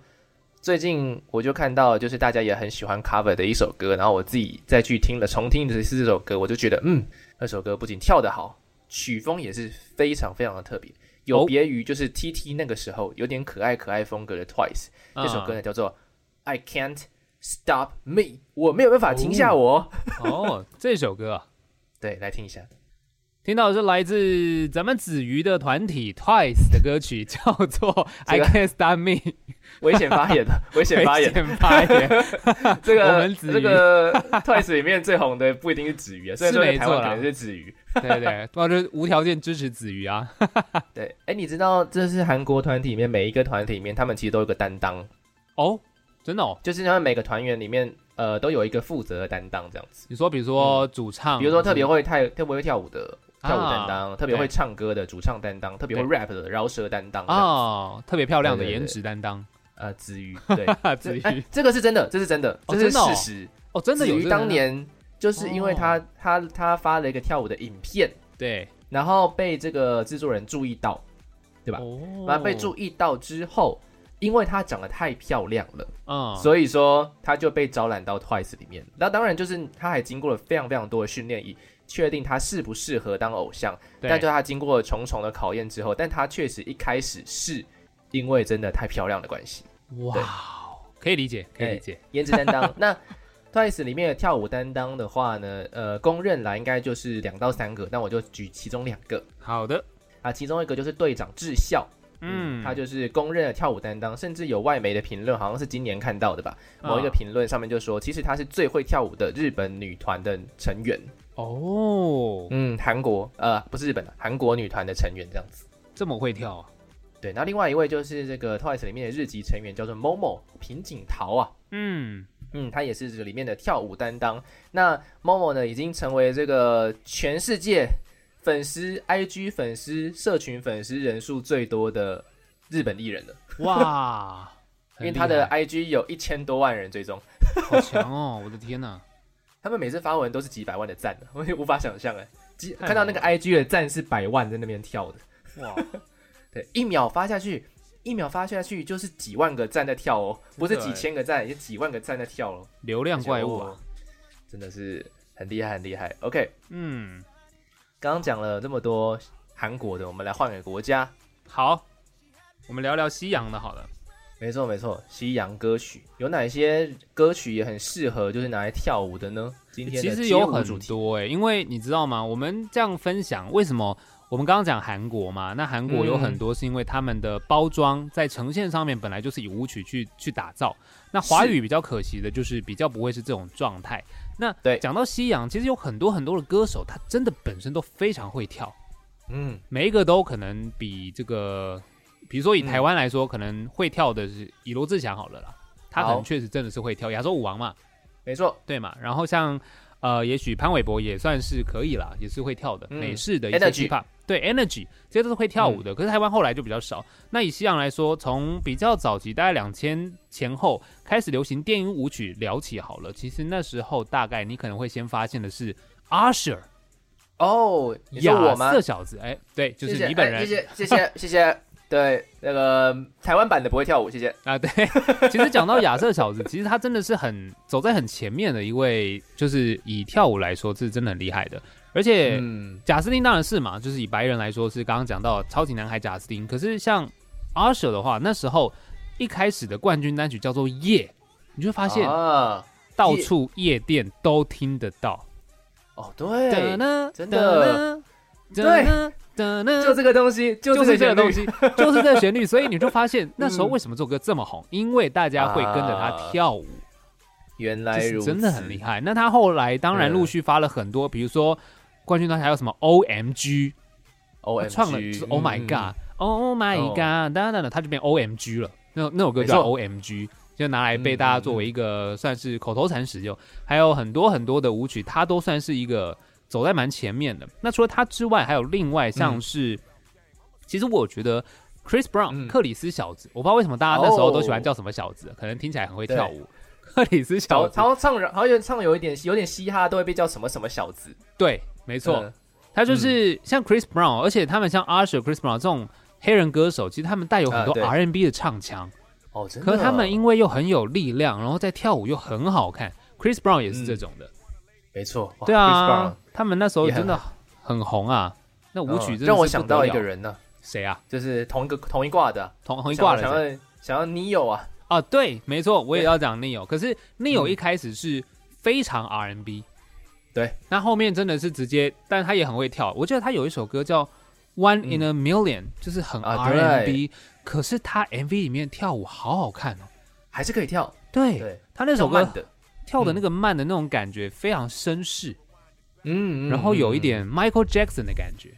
S1: 最近我就看到，就是大家也很喜欢 cover 的一首歌，然后我自己再去听了重听的是这首歌，我就觉得，嗯，那首歌不仅跳得好，曲风也是非常非常的特别，有
S2: 哦
S1: 别于就是 TT 那个时候有点可爱可爱风格的 Twice。
S2: 啊
S1: 这首歌呢叫做 I Can't Stop Me，我没有办法停下我。
S2: 哦，这首歌啊
S1: 对，来听一下。
S2: 听到的是来自咱们子瑜的团体 Twice 的歌曲，叫做《I
S1: 这个
S2: Can't Stop Me》，
S1: *laughs* 危险发
S2: *laughs*
S1: 言，危险发言，
S2: 发
S1: *laughs*
S2: 言，
S1: 这
S2: 我
S1: 个
S2: 们子瑜 *laughs*
S1: 这个 Twice 里面最红的不一定是子瑜啊，虽然说
S2: 是
S1: 在
S2: 没
S1: 台
S2: 错
S1: 湾
S2: 啦
S1: 可能是子瑜。
S2: 对对，我就无条件支持子瑜啊。
S1: 对，哎，你知道这是韩国团体里面每一个团体里面，他们其实都有个担当，
S2: 哦，真的哦，
S1: 就是他们每个团员里面，呃，都有一个负责的担当这样子。
S2: 你说比如说主唱，
S1: 嗯比如说特别
S2: 会。
S1: 会太特别会跳舞的跳舞担当，
S2: 嗯啊
S1: 特别
S2: 对
S1: 会唱歌的主唱担当，特别会
S2: 对
S1: rap 的饶舌担当啊，
S2: 哦，特别漂亮的
S1: 对对对
S2: 颜值担当，
S1: 呃，子瑜，
S2: *laughs*
S1: 对，
S2: 哈，
S1: 这
S2: 子瑜
S1: *laughs* 哎，这个是真的，这是真的，
S2: 哦
S1: 这是
S2: 真的哦
S1: 事实。
S2: 哦，真的
S1: 子
S2: 有哦
S1: 瑜
S2: 这个
S1: 当
S2: 人
S1: 年就是因为他他他发了一个跳舞的影片。
S2: 对
S1: 然后被这个制作人注意到，对吧
S2: 哦
S1: 然后被注意到之后，因为她长得太漂亮了，
S2: 嗯，
S1: 所以说她就被招揽到 Twice 里面。那当然就是她还经过了非常非常多的训练，以确定她适不适合当偶像。
S2: 对
S1: 但就她经过了重重的考验之后，但她确实一开始是因为真的太漂亮的关系，
S2: 哇哦，可以理解，可以理解，
S1: 颜值
S2: *laughs*
S1: 担当。那 Twice 里面的跳舞担当的话呢，呃，公认啦，应该就是两到三个，那我就举其中两个
S2: 好的，
S1: 啊，其中一个就是队长智孝。嗯，
S2: 嗯，
S1: 他就是公认的跳舞担当，甚至有外媒的评论，好像是今年看到的吧？
S2: 啊
S1: 某一个评论上面就说，其实她是最会跳舞的日本女团的成员。
S2: 哦，
S1: 嗯，韩国呃不是日本的、韩国女团的成员这样子。
S2: 这么会跳啊，
S1: 对，那另外一位就是这个 TWICE 里面的日籍成员叫做 Momo 平井桃啊，
S2: 嗯，
S1: 嗯，她也是这个里面的跳舞担当。那 Momo 呢，已经成为这个全世界粉丝 IG 粉丝社群粉丝人数最多的日本艺人了。
S2: 哇，
S1: *laughs*
S2: 很
S1: 因为
S2: 厉
S1: 他的
S2: 害
S1: IG 有一千多万人追踪，
S2: 好强哦，我的天哪，
S1: 他们每次发文都是几百万的赞的，啊我也无法想象哎，几
S2: 太
S1: 看到那个
S2: 猛
S1: IG 的赞是百万在那边跳的，
S2: 哇，
S1: 对，一秒发下去，一秒发下去就是几万个赞在跳哦，不是
S2: 真的
S1: 几
S2: 哎
S1: 千个赞，也几万个赞在跳哦， *laughs*
S2: 流量怪物啊，
S1: 真的是很厉害很厉害。OK，
S2: 嗯，
S1: 刚刚讲了这么多韩国的，我们来换个国家。
S2: 好，我们聊聊西洋的好了。
S1: 没错没错，西洋歌曲有哪些歌曲也很适合就是拿来跳舞的呢？今天
S2: 其
S1: 的
S2: 实
S1: 街
S2: 有
S1: 舞主
S2: 很
S1: 题
S2: 多哎、因为你知道吗？我们这样分享，为什么我们刚刚讲韩国嘛？那韩国有
S1: 嗯
S2: 很多是因为他们的包装在呈现上面本来就是以舞曲去去打造。那华
S1: 是
S2: 语比较可惜的就是比较不会是这种状态。那
S1: 对
S2: 讲到西洋，其实有很多很多的歌手，他真的本身都非常会跳，
S1: 嗯，
S2: 每一个都可能比这个，比如说以台
S1: 嗯
S2: 湾来说，可能会跳的是以罗志祥好了啦，他可
S1: 好
S2: 能确实真的是会跳亚洲舞王嘛。
S1: 没错。
S2: 对嘛？然后像呃，也许潘玮柏也算是可以啦，也是会跳的、
S1: 嗯
S2: 美式的一些 hip
S1: Energy 嗯
S2: hop，对 energy 这些都是会跳舞的。可是台湾后来就比较少。那以西洋来说，从比较早期，大概两千前后开始流行电音舞曲聊起好了。其实那时候大概你可能会先发现的是 Usher
S1: 哦，你说我
S2: 亚
S1: 吗
S2: 瑟？小子，哎，对，就
S1: 谢
S2: 是
S1: 谢
S2: 你本
S1: 哎
S2: 人
S1: 谢谢谢
S2: *laughs*
S1: 谢谢谢。对，那个台湾版的不会跳舞，谢谢。
S2: 啊，对。 *laughs* 其实讲到亚瑟小子，其实他真的是很走在很前面的一位，就是以跳舞来说是真的很厉害的，而且。
S1: 嗯，
S2: 贾斯汀当然是嘛，就是以白人来说是刚刚讲到超级男孩贾斯汀。可是像 Usher 的话，那时候一开始的冠军单曲叫做《夜》，你就会发现
S1: 啊，
S2: 到处夜店都听得到。
S1: 哦，对
S2: 噔，呢，
S1: 真的
S2: 噔呢，噔呢，噔呢，
S1: 就这个东西，就
S2: 就是
S1: 这
S2: 这
S1: 个
S2: 个东
S1: 西。
S2: 西，就是这个旋律。所以你就发
S1: *laughs*
S2: 现那时候为什么这首歌这么红，因为大家会跟着
S1: 啊
S2: 他跳舞。
S1: 原来
S2: 就是
S1: 如此，
S2: 真的很厉害。那他后来当然
S1: 嗯
S2: 陆续发了很多，比如说冠军团还有什么 OMG，
S1: O
S2: 他
S1: M
S2: 创了就是 Oh my God，Oh my
S1: 嗯哦
S2: God，当然了，他就变 OMG 了。那那首歌叫
S1: 没错嗯
S2: OMG，就拿来被大家作为一个算是口头禅使用。还有很多很多的舞曲，它都算是一个走在蛮前面的。那除了他之外，还有另外像是，其实我觉得 Chris
S1: 嗯
S2: Brown 克里斯小子，我不知道为什么大家那时候都喜
S1: 哦
S2: 欢叫什么小子，可能听起来很会跳舞。克里斯小
S1: 好，
S2: 子
S1: 然，后唱，好像唱有一点有点嘻哈，都会被叫什么什么小子。
S2: 对，没错。
S1: 嗯
S2: 他就是像 Chris Brown，、而且他们像 Usher、Chris Brown 这种黑人歌手，其实他们带有很多
S1: 啊对
S2: R&B 的唱腔，
S1: 哦，真的。
S2: 可是他们因为又很有力量，然后在跳舞又很好看。Chris Brown 也是这种的，
S1: 没错，嗯哇
S2: 对
S1: Chris
S2: 啊
S1: Brown，，
S2: 他们那时候
S1: 也很
S2: 真的很红啊。那舞曲真的
S1: 嗯
S2: 是
S1: 让我
S2: 不
S1: 想
S2: 得
S1: 到一
S2: 了
S1: 个，人呢，
S2: 谁啊？
S1: 就是同一个同一挂的啊，
S2: 同同一
S1: 想
S2: 挂
S1: 要
S2: 的
S1: 想
S2: 谁
S1: 要想要你有啊，
S2: 啊？对，没错，我也
S1: 对
S2: 要讲 Neil。可是 Neil
S1: 嗯
S2: 一开始是非常 R&B，
S1: 对，
S2: 那后面真的是直接，但他也很会跳。我记得他有一首歌叫《One in a Million》，就是很
S1: 啊对
S2: R&B，可是他 MV 里面跳舞好好看哦。
S1: 还是可以跳。
S2: 对
S1: 对，
S2: 他那
S1: 跳
S2: 哎首歌
S1: 慢的，嗯
S2: 跳的那个慢的那种感觉非常绅士，
S1: 嗯，嗯
S2: 然后有一
S1: 嗯
S2: 点 Michael Jackson 的感觉。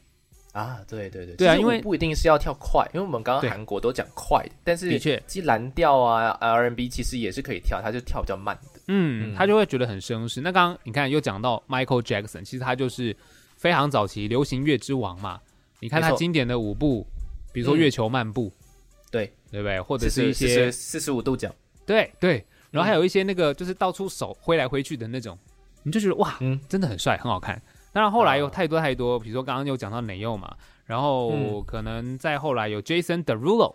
S1: 啊，对对对，
S2: 对啊
S1: 其实
S2: 因为
S1: 我不一定是要跳快，因为我们刚刚
S2: 对
S1: 韩国都讲快的，但是
S2: 的确
S1: 其实蓝调啊、R&B 其实也是可以跳，它就跳比较慢的。
S2: 嗯，
S1: 嗯
S2: 他就会觉得很绅士。那刚刚你看又讲到 Michael Jackson，其实他就是非常早期流行乐之王嘛。你看他
S1: 没错
S2: 经典的舞步，比如说
S1: 嗯
S2: 月球漫步，
S1: 对
S2: 对不对？或
S1: 或
S2: 者是一些
S1: 四十五度角，
S2: 对对，然后
S1: 嗯
S2: 还有一些那个就是到处手挥来挥去的那种，你就觉得哇，
S1: 嗯
S2: 真的很帅，很好看。当然后来有
S1: 啊
S2: 太多太多，比如说刚刚有讲到内佑嘛，然后
S1: 嗯
S2: 可能再后来有 Jason Derulo，、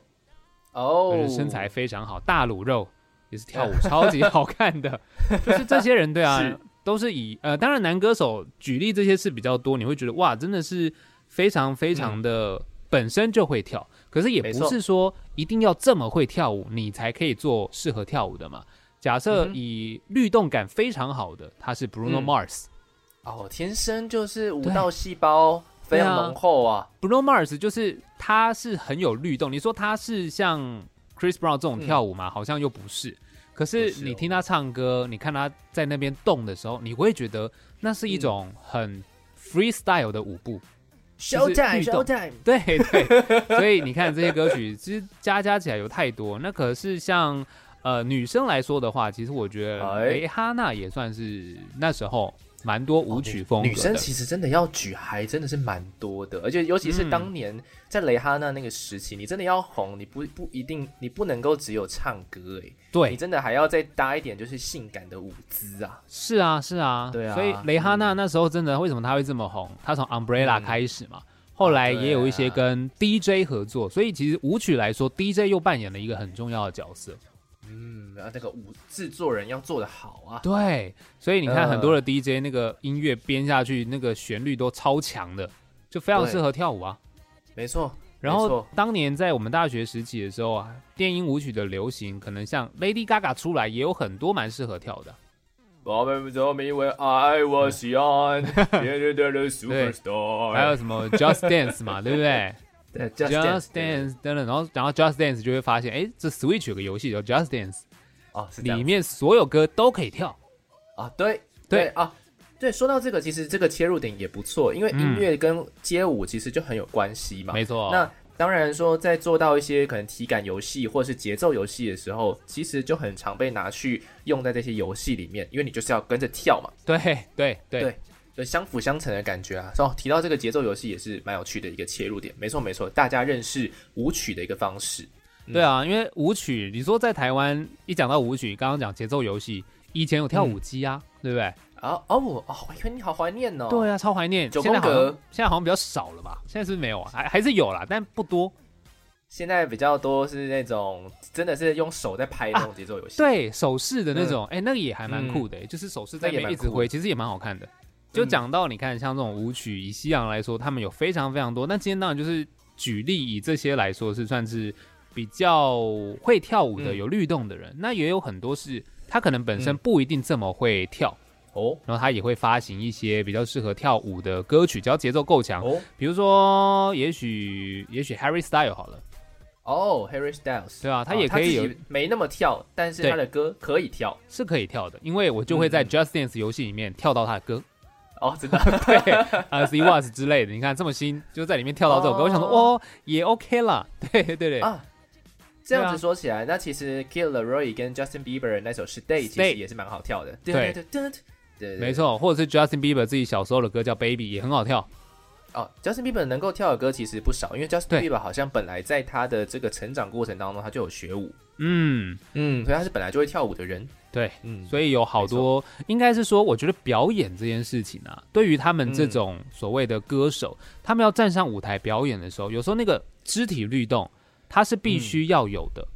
S1: 哦
S2: 就是，身材非常好，大卤肉也是
S1: *laughs*
S2: 跳舞超级好看的，就是这些人对啊，
S1: 是
S2: 都是以呃，当然男歌手举例这些事比较多，你会觉得哇，真的是非常非常的、
S1: 嗯
S2: 本身就会跳，可是也
S1: 没
S2: 不
S1: 错
S2: 是说一定要这么会跳舞，你才可以做适合跳舞的嘛。假设
S1: 嗯哼
S2: 以律动感非常好的，他是 Bruno
S1: 嗯
S2: Mars。
S1: 哦，天生就是舞
S2: 对
S1: 蹈细胞
S2: 对
S1: 非
S2: 啊
S1: 常浓厚啊，
S2: Bruno Mars 就是他是很有律动，你说他是像 Chris Brown 这种跳舞吗？好像又不是。可是
S1: 嗯不是哦
S2: 你听他唱歌，你看他在那边动的时候，你会觉得那是一
S1: 嗯
S2: 种很 freestyle 的舞步。 *laughs*
S1: 小
S2: 律动
S1: time 小 time，
S2: 对对，所以你看这些歌曲，其实加加起来有太多。那可是像呃女生来说的话，其实我觉得
S1: 哎哦
S2: 蕾哈娜也算是那时候蛮多舞曲风格的。
S1: 女生其实真的要举还真的是蛮多的，而且尤其是
S2: 嗯
S1: 当年在蕾哈娜那个时期，你真的要红，你不不一定你不能够只有唱歌哎。你
S2: 对，
S1: 真的还要再搭一点，就是性感的舞姿啊！
S2: 是啊，是啊，
S1: 对啊
S2: 所以蕾哈娜那时候真的，为什么她会这么红？她从 Umbrella
S1: 嗯
S2: 开始嘛，后来也有一些跟 DJ 合作，所以其实舞曲来说，DJ 又扮演了一个很重要的角色。
S1: 嗯，然后那个舞制作人要做的好啊，
S2: 对，所以你看
S1: 呃
S2: 很多的 DJ 那个音乐编下去，那个旋律都超强的，就非常适合跳舞啊。
S1: 没错。
S2: 然
S1: 没
S2: 后
S1: 错
S2: 当年在我们大学时期的时候啊，电音舞曲的流行，可能像 Lady Gaga 出来，也有很多蛮适合跳的。
S1: 我们都名为
S2: *laughs*
S1: I was young，别人的 superstar。
S2: 还有什么 Just Dance 嘛，对不对
S1: 对 Just
S2: ？Just
S1: Dance，对
S2: Dance 等等，然后然后 Just Dance 就会发现，哎，这 Switch 有个游戏叫 Just Dance，
S1: 哦，是这样
S2: 里面所有歌都可以跳。
S1: 啊，对
S2: 对
S1: 啊，对，说到这个，其实这个切入点也不错，因为音乐跟街舞其实就很有关系嘛。
S2: 没错，
S1: 那当然说，在做到一些可能体感游戏或是节奏游戏的时候，其实就很常被拿去用在这些游戏里面，因为你就是要跟着跳嘛，
S2: 对对
S1: 对就相辅相成的感觉啊。哦，提到这个节奏游戏也是蛮有趣的一个切入点，没错没错，大家认识舞曲的一个方式。
S2: 对啊，因为舞曲，你说在台湾一讲到舞曲，刚刚讲节奏游戏，以前有跳舞机啊，对不对？
S1: 啊哦哦，我以为你好怀念哦。
S2: 对啊，超怀念。
S1: 九
S2: 现在
S1: 宫
S2: 好
S1: 格
S2: 像现在好像比较少了吧？现在是不是没有啊？还还是有啦，但不多。
S1: 现在比较多是那种真的是用手在拍那种节奏游戏。
S2: 对手势的那种，哎、那个也还蛮酷的、就是手势在那
S1: 嗯那
S2: 边
S1: 也蛮嗯
S2: 一直挥，其实也蛮好看的。就讲到你看，像这种舞曲，以西洋来说，他们有非常非常多。那今天当然就是举例，以这些来说是算是比较会跳舞的、
S1: 嗯
S2: 有律动的人。那也有很多是他可能本身不一定这么会跳，
S1: 哦
S2: 然后他也会发行一些比较适合跳舞的歌曲，只要节奏够强。
S1: 哦
S2: 比如说，也许也许 Harry Style 好了，
S1: 哦，Harry Styles，
S2: 对啊他
S1: 哦
S2: 也可以有
S1: 自己没那么跳，但是
S2: 对
S1: 他的歌可以跳。
S2: 是可以跳的，因为我就
S1: 嗯
S2: 会在 Just Dance 游戏里面跳到他的歌。
S1: 哦，真的
S2: *laughs* 对啊，C Was 之类的，你看这么新，就在里面跳到这首歌，
S1: 哦
S2: 我想说哦，也 OK 啦， *laughs* 对对对，
S1: 啊。这样
S2: 对啊
S1: 子说起来，那其实 Kid Laroi 跟 Justin Bieber 的那首《Stay》其
S2: Stay
S1: 实也是蛮好跳的。
S2: 对
S1: 对对对对，
S2: 没。错，或者是 Justin Bieber 自己小时候的歌叫 Baby 也很好跳，
S1: 哦，Justin Bieber 能够跳的歌其实不少，因为 Justin
S2: 对
S1: Bieber 好像本来在他的这个成长过程当中，他就有学舞，
S2: 嗯，
S1: 嗯，所以他是本来就会跳舞的人。
S2: 对，
S1: 嗯，
S2: 所以有好多应该是说，我觉得表演这件事情啊，对于他们这种所谓的歌手，他们要站上舞台表演的时候，有时候那个肢体律动。它是必须要有的，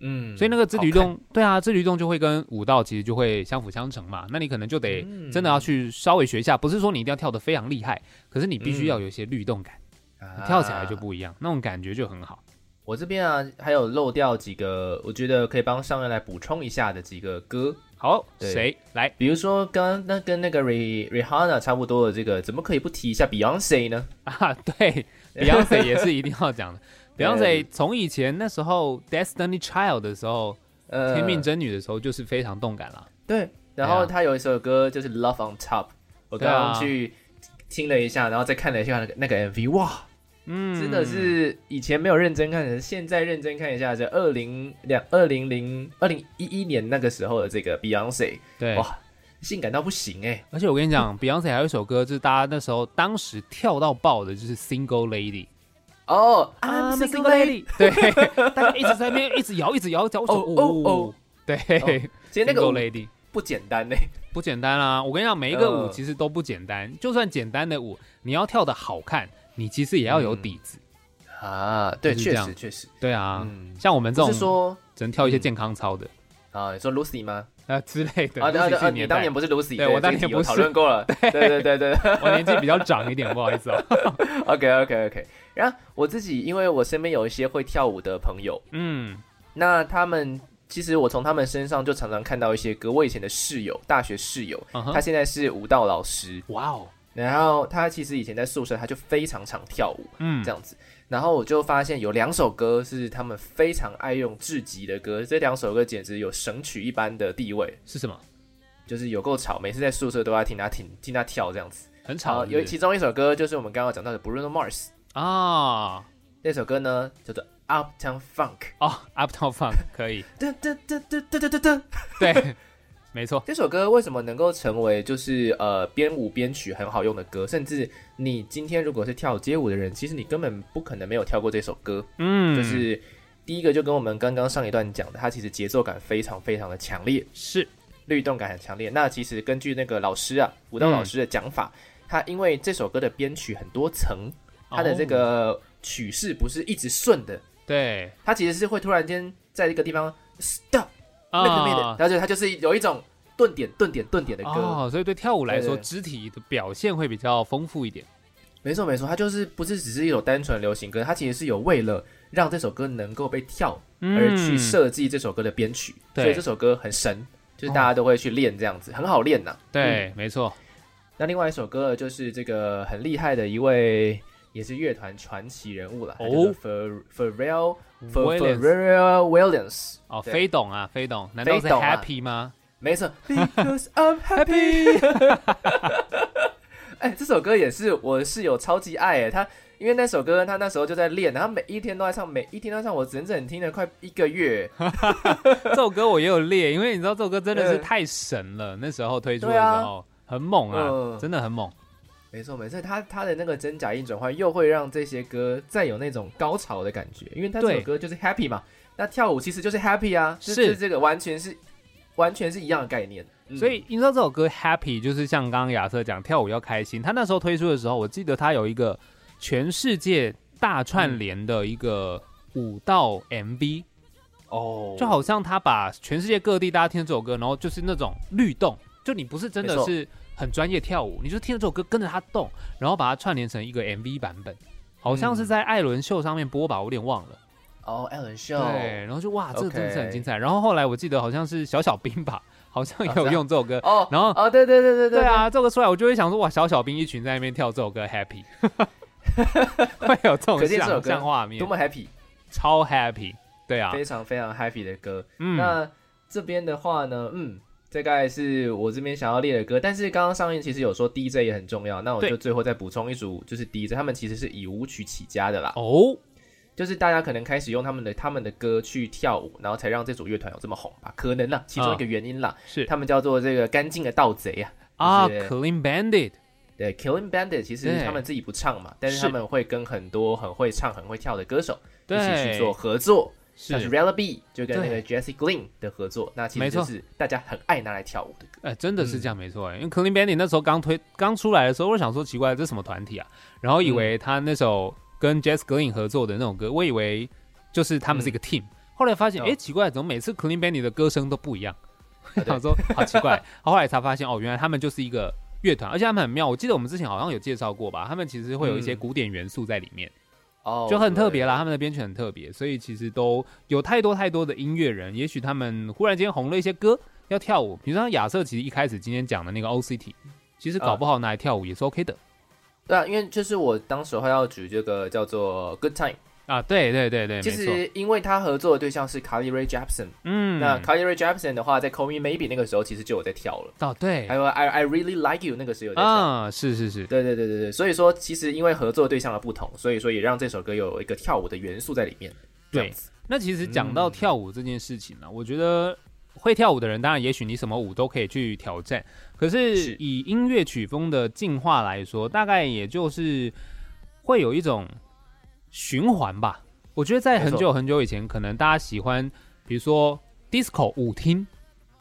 S1: 嗯，
S2: 所以那个肢体律
S1: 好看
S2: 动，对啊，肢体律动就会跟舞蹈其实就会相辅相成嘛。那你可能就得
S1: 嗯
S2: 真的要去稍微学一下，不是说你一定要跳得非常厉害，可是你必须要有一些律动感，
S1: 嗯
S2: 你跳起来就
S1: 啊
S2: 不一样，那种感觉就很好。
S1: 我这边啊，还有漏掉几个，我觉得可以帮上任来补充一下的几个歌，
S2: 好，
S1: 啊对
S2: 谁来？ *laughs*
S1: 比如说刚刚那跟那个 Rih- Rihanna 差不多的这个，怎么可以不提一下 Beyonce 呢？
S2: 啊，对，Beyonce 也是一定要
S1: *laughs*
S2: 讲的。
S1: 对
S2: Beyonce 从以前那时候 Destiny Child 的时候，
S1: 呃，
S2: 天命真女的时候，就是非常动感了。
S1: 对，
S2: 对
S1: 然后
S2: 啊
S1: 她有一首歌就是 Love on Top，我
S2: 对
S1: 刚
S2: 啊
S1: 刚去听了一下，然后再看了一下那个那个 MV，哇，
S2: 嗯，
S1: 真的是以前没有认真看的，现在认真看一下，这二零两二零零二零一一年那个时候的这个 Beyonce，
S2: 对。
S1: 哇，性感到不行哎、
S2: 而且我跟你讲，Beyonce 还有一首歌，就是大家那时候当时跳到爆的，就是《Single Lady》。
S1: 哦、
S2: 啊
S1: i，
S2: 那 Single Lady，对， *laughs* 大家一直在那边一直摇，一直摇，一直摇，
S1: 哦哦哦，
S2: 对 *laughs*
S1: 哦其实那个
S2: ，Single
S1: 舞
S2: Lady
S1: 不简单欸呢、
S2: 不简单啦、我跟你讲，每一个舞
S1: 呃
S2: 其实都不简单，就算简单的舞，你要跳的好看，你其实也要有底子。
S1: 啊，对，
S2: 就是这
S1: 确
S2: 样
S1: 实确实，
S2: 对啊，
S1: 嗯，
S2: 像我们这
S1: 不
S2: 种
S1: 是说
S2: 只能跳一些健康操的
S1: 啊，你说 Lucy 吗？
S2: 啊之类的。
S1: 啊，对啊，对
S2: 尤其
S1: 啊
S2: 是
S1: 你
S2: 年
S1: 当
S2: 代
S1: 年，不是 Lucy，
S2: 对我当年
S1: 这一集
S2: 不
S1: 有
S2: 是
S1: 讨论过 *laughs* 了，对对对对
S2: *laughs* 我年纪比较长一点，不好意思
S1: *laughs*
S2: 哦。
S1: ，OK OK OK。然后我自己，因为我身边有一些会跳舞的朋友，
S2: 嗯，
S1: 那他们其实我从他们身上就常常看到一些歌。我以前的室友，大学室友，
S2: 嗯
S1: 他
S2: 哼
S1: 现在是舞蹈老师，
S2: 哇哦，
S1: 然后他其实以前在宿舍，他就非常常跳舞。
S2: 嗯
S1: 这，样子。然后我就发现有两首歌是他们非常爱用至极的歌，这两首歌简直有神曲一般的地位，
S2: 是什么？
S1: 就是有够吵，每次在宿舍都要听他听听他跳这样子。
S2: 很吵
S1: 好，
S2: 是不
S1: 啊有
S2: 是
S1: 其中一首歌就是我们刚刚讲到的 Bruno Mars，
S2: 啊
S1: 那首歌呢叫做 Uptown Funk，
S2: 哦，Uptown Funk 可以，
S1: 噔噔噔噔噔噔噔噔。 *laughs*
S2: 对，没错，
S1: 这首歌为什么能够成为就是呃编舞编曲很好用的歌？甚至你今天如果是跳街舞的人，其实你根本不可能没有跳过这首歌。
S2: 嗯，
S1: 就是第一个就跟我们刚刚上一段讲的，它其实节奏感非常非常的强烈，
S2: 是
S1: 律动感很强烈。那其实根据那个老师啊，舞蹈老师的讲法，他因为这首歌的编曲很多层，它的这
S2: 哦
S1: 个曲式不是一直顺的，
S2: 对
S1: 它其实是会突然间在一个地方 stop
S2: 啊
S1: 那个面的，而且它就是有一种顿点顿点顿点的歌。
S2: 哦哦，所以对跳舞来说，
S1: 对
S2: 肢体的表现会比较丰富一点。
S1: 没错没错，它就是不是只是一首单纯流行歌，它其实是有为了让这首歌能够被跳而去
S2: 嗯
S1: 设计这首歌的编曲，
S2: 对
S1: 所以这首歌很神，就是大家都会去练这样子，很好练呐、
S2: 对，没错，
S1: 那另外一首歌就是这个很厉害的一位，也是乐团传奇人物了，
S2: 哦
S1: ，Fer Ferrell Fer-
S2: Williams
S1: Ferrell Williams，
S2: 哦，
S1: 对
S2: 飞董啊，飞董，难道是
S1: 飞董啊
S2: Happy 吗
S1: 没错 *laughs* ，Because I'm happy。
S2: ？Happy，
S1: *laughs* 哎、这首歌也是我室友超级爱哎，他因为那首歌他那时候就在练，然后每一天都在唱，每一天都在唱，我整整听了快一个月。
S2: 这首歌我也有列，因为你知道这首歌真的是
S1: *laughs* 嗯
S2: 太神了，那时候推出的
S1: 对
S2: 时
S1: 啊
S2: 候很猛啊，
S1: 嗯
S2: 真的很猛。
S1: 没错没错，他他的那个真假音转换又会让这些歌再有那种高潮的感觉，因为他这
S2: 对
S1: 首歌就是 happy 嘛，那跳舞其实就是 happy 啊，就是是这个完全是完全是一样的概念。嗯
S2: 所以你知道这首歌《Happy》就是像刚刚亚瑟讲跳舞要开心，他那时候推出的时候，我记得他有一个全世界大
S1: 嗯
S2: 串联的一个舞蹈 MV，、
S1: 哦，
S2: 就好像他把全世界各地大家听这首歌，然后就是那种律动，就你不是真的
S1: 没错
S2: 是很专业跳舞，你就听着这首歌跟着他动，然后把它串联成一个 MV 版本，好像是在艾伦秀上面播吧，我有点忘了。
S1: 哦，Alan Show，
S2: 对，然后就哇，这个
S1: OK
S2: 真的是很精彩。然后后来我记得好像是小小兵吧，好像也有用这首歌，
S1: 哦
S2: 然后
S1: 哦，对对对对
S2: 对，啊，这个出来我就会想说，哇，小小兵一群在那边跳这首歌
S1: *laughs*
S2: Happy，会有这种
S1: 可见这首
S2: 想
S1: 歌
S2: 象画
S1: 多
S2: 面，
S1: 么 happy，
S2: 超 Happy，对啊，
S1: 非常非常 happy 的歌。
S2: 嗯，
S1: 那这边的话呢，嗯，大概是我这边想要列的歌，但是刚刚上映其实有说 DJ 也很重要，那我
S2: 对
S1: 就最后再补充一组，就是 DJ 他们其实是以舞曲起家的啦，
S2: 哦，
S1: 就是大家可能开始用他们的他们的歌去跳舞，然后才让这组乐团有这么红吧，可能啦，
S2: 嗯
S1: 其中一个原因啦，
S2: 是
S1: 他们叫做这个干净的盗贼啊，
S2: 啊
S1: 就是
S2: ，Clean Bandit，
S1: 对，Killing Bandit 其实
S2: 对
S1: 他们自己不唱嘛，但是
S2: 是
S1: 他们会跟很多很会唱、很会跳的歌手一起去做
S2: 对，
S1: 合作，像是
S2: 是，
S1: r e l a B 就跟那个 Jesse Glyn 的合作，那其
S2: 没
S1: 实
S2: 错
S1: 就是大家很爱拿来跳舞的歌。
S2: 呃，真的是这样没错，因为 Clean Bandit 那时候刚推刚出来的时候，我想说奇怪，这什么团体啊？然后以
S1: 嗯
S2: 为他那首跟 Jazz Green 合作的那种歌，我以为就是他们是一个 team，后来发现，
S1: 嗯哦啊
S2: 哎，奇怪，怎么每次 Clean Bandit 的歌声都不一样？*laughs*
S1: 对
S2: 想说好奇
S1: *laughs*
S2: 怪，后来才发现哦，原来他们就是一个乐团，而且他们很妙。我记得我们之前好像有介绍过吧，他们其实会有一些
S1: 嗯
S2: 古典元素在里面，
S1: 哦
S2: 就很特别啦。他们的编曲很特别，所以其实都有太多太多的音乐人。也许他们忽然间红了一些歌，要跳舞，比如像亚瑟，其实一开始今天讲的那个 OCT，其实搞不好拿来跳舞也是 OK 的
S1: 对啊，因为就是我当时候要举这个叫做 Good Time，
S2: 啊。对对对对，
S1: 其
S2: 没错，
S1: 实因为他合作的对象是 Carly Rae Jepsen，、
S2: 嗯，
S1: 那 Carly Rae Jepsen 的话，在 Call Me Maybe 那个时候其实就有在跳了，
S2: 哦对
S1: 还，有 I I Really Like You 那个时候有在跳。
S2: 啊，是是是，
S1: 对对对对对，所以说其实因为合作对象的不同，所以说也让这首歌有一个跳舞的元素在里面。这样
S2: 对
S1: 子，
S2: 那其实讲
S1: 嗯
S2: 到跳舞这件事情啊呢、我觉得会跳舞的人，当然也许你什么舞都可以去挑战，可是
S1: 是
S2: 以音乐曲风的进化来说，大概也就是会有一种循环吧。我觉得在很
S1: 没
S2: 久很久以前，可能大家喜欢，比如说 disco 舞厅，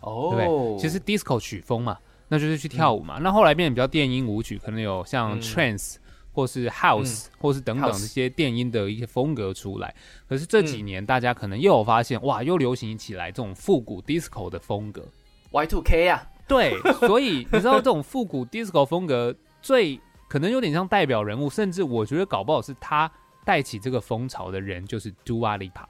S2: 对
S1: 哦，
S2: 其实 disco 曲风嘛，那就是去跳舞嘛。那后来变得比较电音舞曲，可能有像
S1: 嗯
S2: trance、或是 house、或是等等
S1: house 嗯
S2: 这些电音的一些风格出来。可是这几年大家可能又有发现，哇，又流行起来这种复古 disco 的风格。
S1: Y Two K 啊，
S2: 对， *laughs* 所以你知道这种复古 disco 风格最可能有点像代表人物，甚至我觉得搞不好是他带起这个风潮的人就是 Dua Lipa。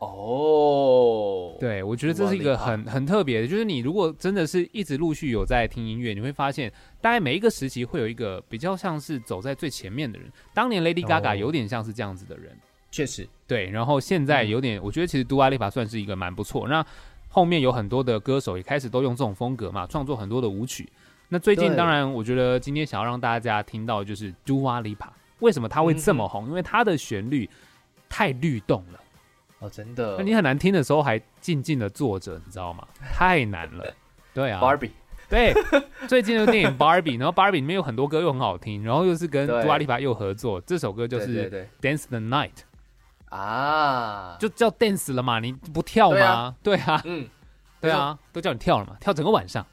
S1: 哦，，
S2: 对，我觉得这是一个很很特别的，就是你如果真的是一直陆续有在听音乐，你会发现，大概每一个时期会有一个比较像是走在最前面的人。当年 Lady
S1: 哦
S2: Gaga 有点像是这样子的人，
S1: 确实，
S2: 对，然后现在
S1: 嗯
S2: 有点，我觉得其实 Dua Lipa 算是一个蛮不错。那后面有很多的歌手也开始都用这种风格嘛，创作很多的舞曲。那最近
S1: 对
S2: 当然，我觉得今天想要让大家听到的就是 Dua Lipa 为什么她会这
S1: 嗯
S2: 么红，因为她的旋律太律动了。
S1: 哦，真的
S2: 那你很难听的时候还静静的坐着，你知道
S1: *laughs*
S2: 吗？太难了。对啊，
S1: ，Barbie，
S2: 对，最近的电影 Barbie，然后 Barbie 里面有很多歌又很好听，然后又是跟
S1: 对
S2: Dua Lipa 又合作，这首歌就
S1: 对对
S2: 是
S1: 对
S2: Dance the Night，
S1: 啊，
S2: 就叫 Dance 了嘛，你不跳
S1: 对
S2: 吗
S1: 啊？
S2: *laughs* 对啊，
S1: 嗯，
S2: 对啊，都叫你跳了嘛，跳整个晚上，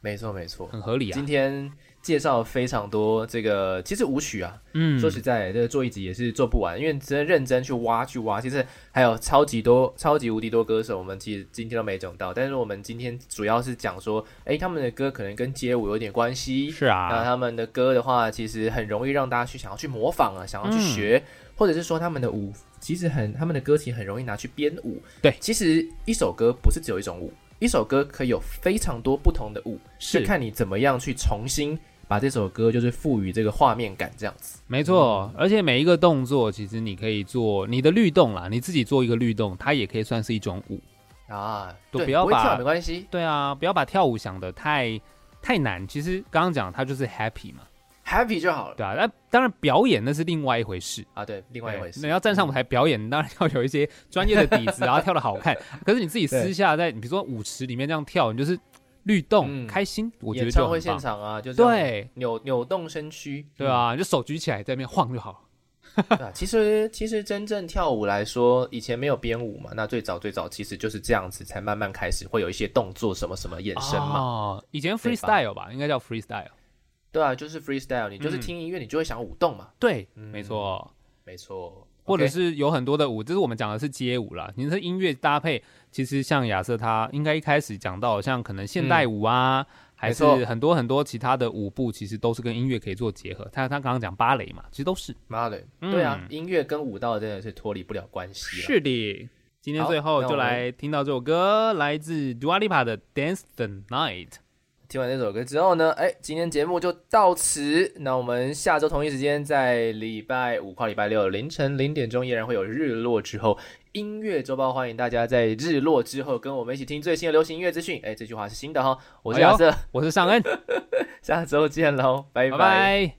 S1: 没错没错。
S2: 很合理啊
S1: 嗯今。天介绍非常多这个，其实舞曲啊，
S2: 嗯
S1: 说实在，这个做一集也是做不完，因为真的认真去挖去挖，其实还有超级多、超级无敌多歌手，我们其实今天都没讲到。但是我们今天主要是讲说，诶，他们的歌可能跟街舞有点关系。
S2: 是
S1: 那
S2: 啊，
S1: 他们的歌的话，其实很容易让大家去想要去模仿
S2: 嗯
S1: 啊，想要去学，或者是说他们的舞其实很，他们的歌其实很容易拿去编舞。
S2: 对
S1: 其实一首歌不是只有一种舞，一首歌可以有非常多不同的舞，就是看你怎么样去重新把这首歌就是赋予这个画面感这样子。
S2: 没错，而且每一个动作，其实你可以做你的律动啦，你自己做一个律动，它也可以算是一种舞。
S1: 啊，
S2: 都
S1: 对，
S2: 不要
S1: 会跳
S2: 把
S1: 没关系
S2: 对啊，不要把跳舞想的太太难。其实刚刚讲它就是 happy 嘛，
S1: ，happy 就好了
S2: 对啊。那当然表演那是另外一回事，
S1: 啊。对，另外一回
S2: 对那
S1: 事。嗯
S2: 要站上舞台表演，当然要有一些专业的底子，
S1: *laughs*
S2: 然后跳的好看。可是你自己私下在，你比如说舞池里面这样跳，你就是律动、
S1: 嗯
S2: 开心，我觉
S1: 演
S2: 得
S1: 唱
S2: 就
S1: 会
S2: 很
S1: 现
S2: 棒。
S1: 场啊，就这样嗯
S2: 对
S1: 扭扭动身躯，
S2: 对啊，你就手举起来在那边晃就好了。
S1: 嗯，对啊。其实其实真正跳舞来说，以前没有编舞嘛，那最早最早其实就是这样子，才慢慢开始会有一些动作什么什么衍生嘛，
S2: 哦，以前
S1: 对吧
S2: freestyle 吧，应该叫 freestyle。
S1: 对啊，就是 freestyle，你
S2: 嗯
S1: 就是听音乐，你就会想舞动嘛，
S2: 对，
S1: 嗯
S2: 没错。
S1: 没错，
S2: 或者
S1: OK
S2: 是有很多的舞，这是我们讲的是街舞啦。你是音乐搭配，其实像亚瑟他应该一开始讲到，像可能现代舞啊，还是
S1: 嗯没错
S2: 很多很多其他的舞步，其实都是跟音乐可以做结合。他他刚刚讲芭蕾嘛，其实都是。
S1: 妈的，
S2: 嗯
S1: 对啊，音乐跟舞蹈真的是脱离不了关系了。
S2: 的。今天
S1: 好
S2: 最后
S1: 那
S2: 就
S1: 我们
S2: 来听到这首歌，来自 Dua Lipa 的《Dance the Night》。
S1: 听完这首歌之后呢，哎，今天节目就到此。那我们下周同一时间，在礼拜五跨礼拜六凌晨零点钟，依然会有日落之后音乐周报，欢迎大家在日落之后跟我们一起听最新的流行音乐资讯。哦哎，这句话是新的哈，我是
S2: 哎呦
S1: 亚瑟，
S2: 我是尚恩，
S1: 下周见喽，
S2: 拜
S1: 拜
S2: 拜。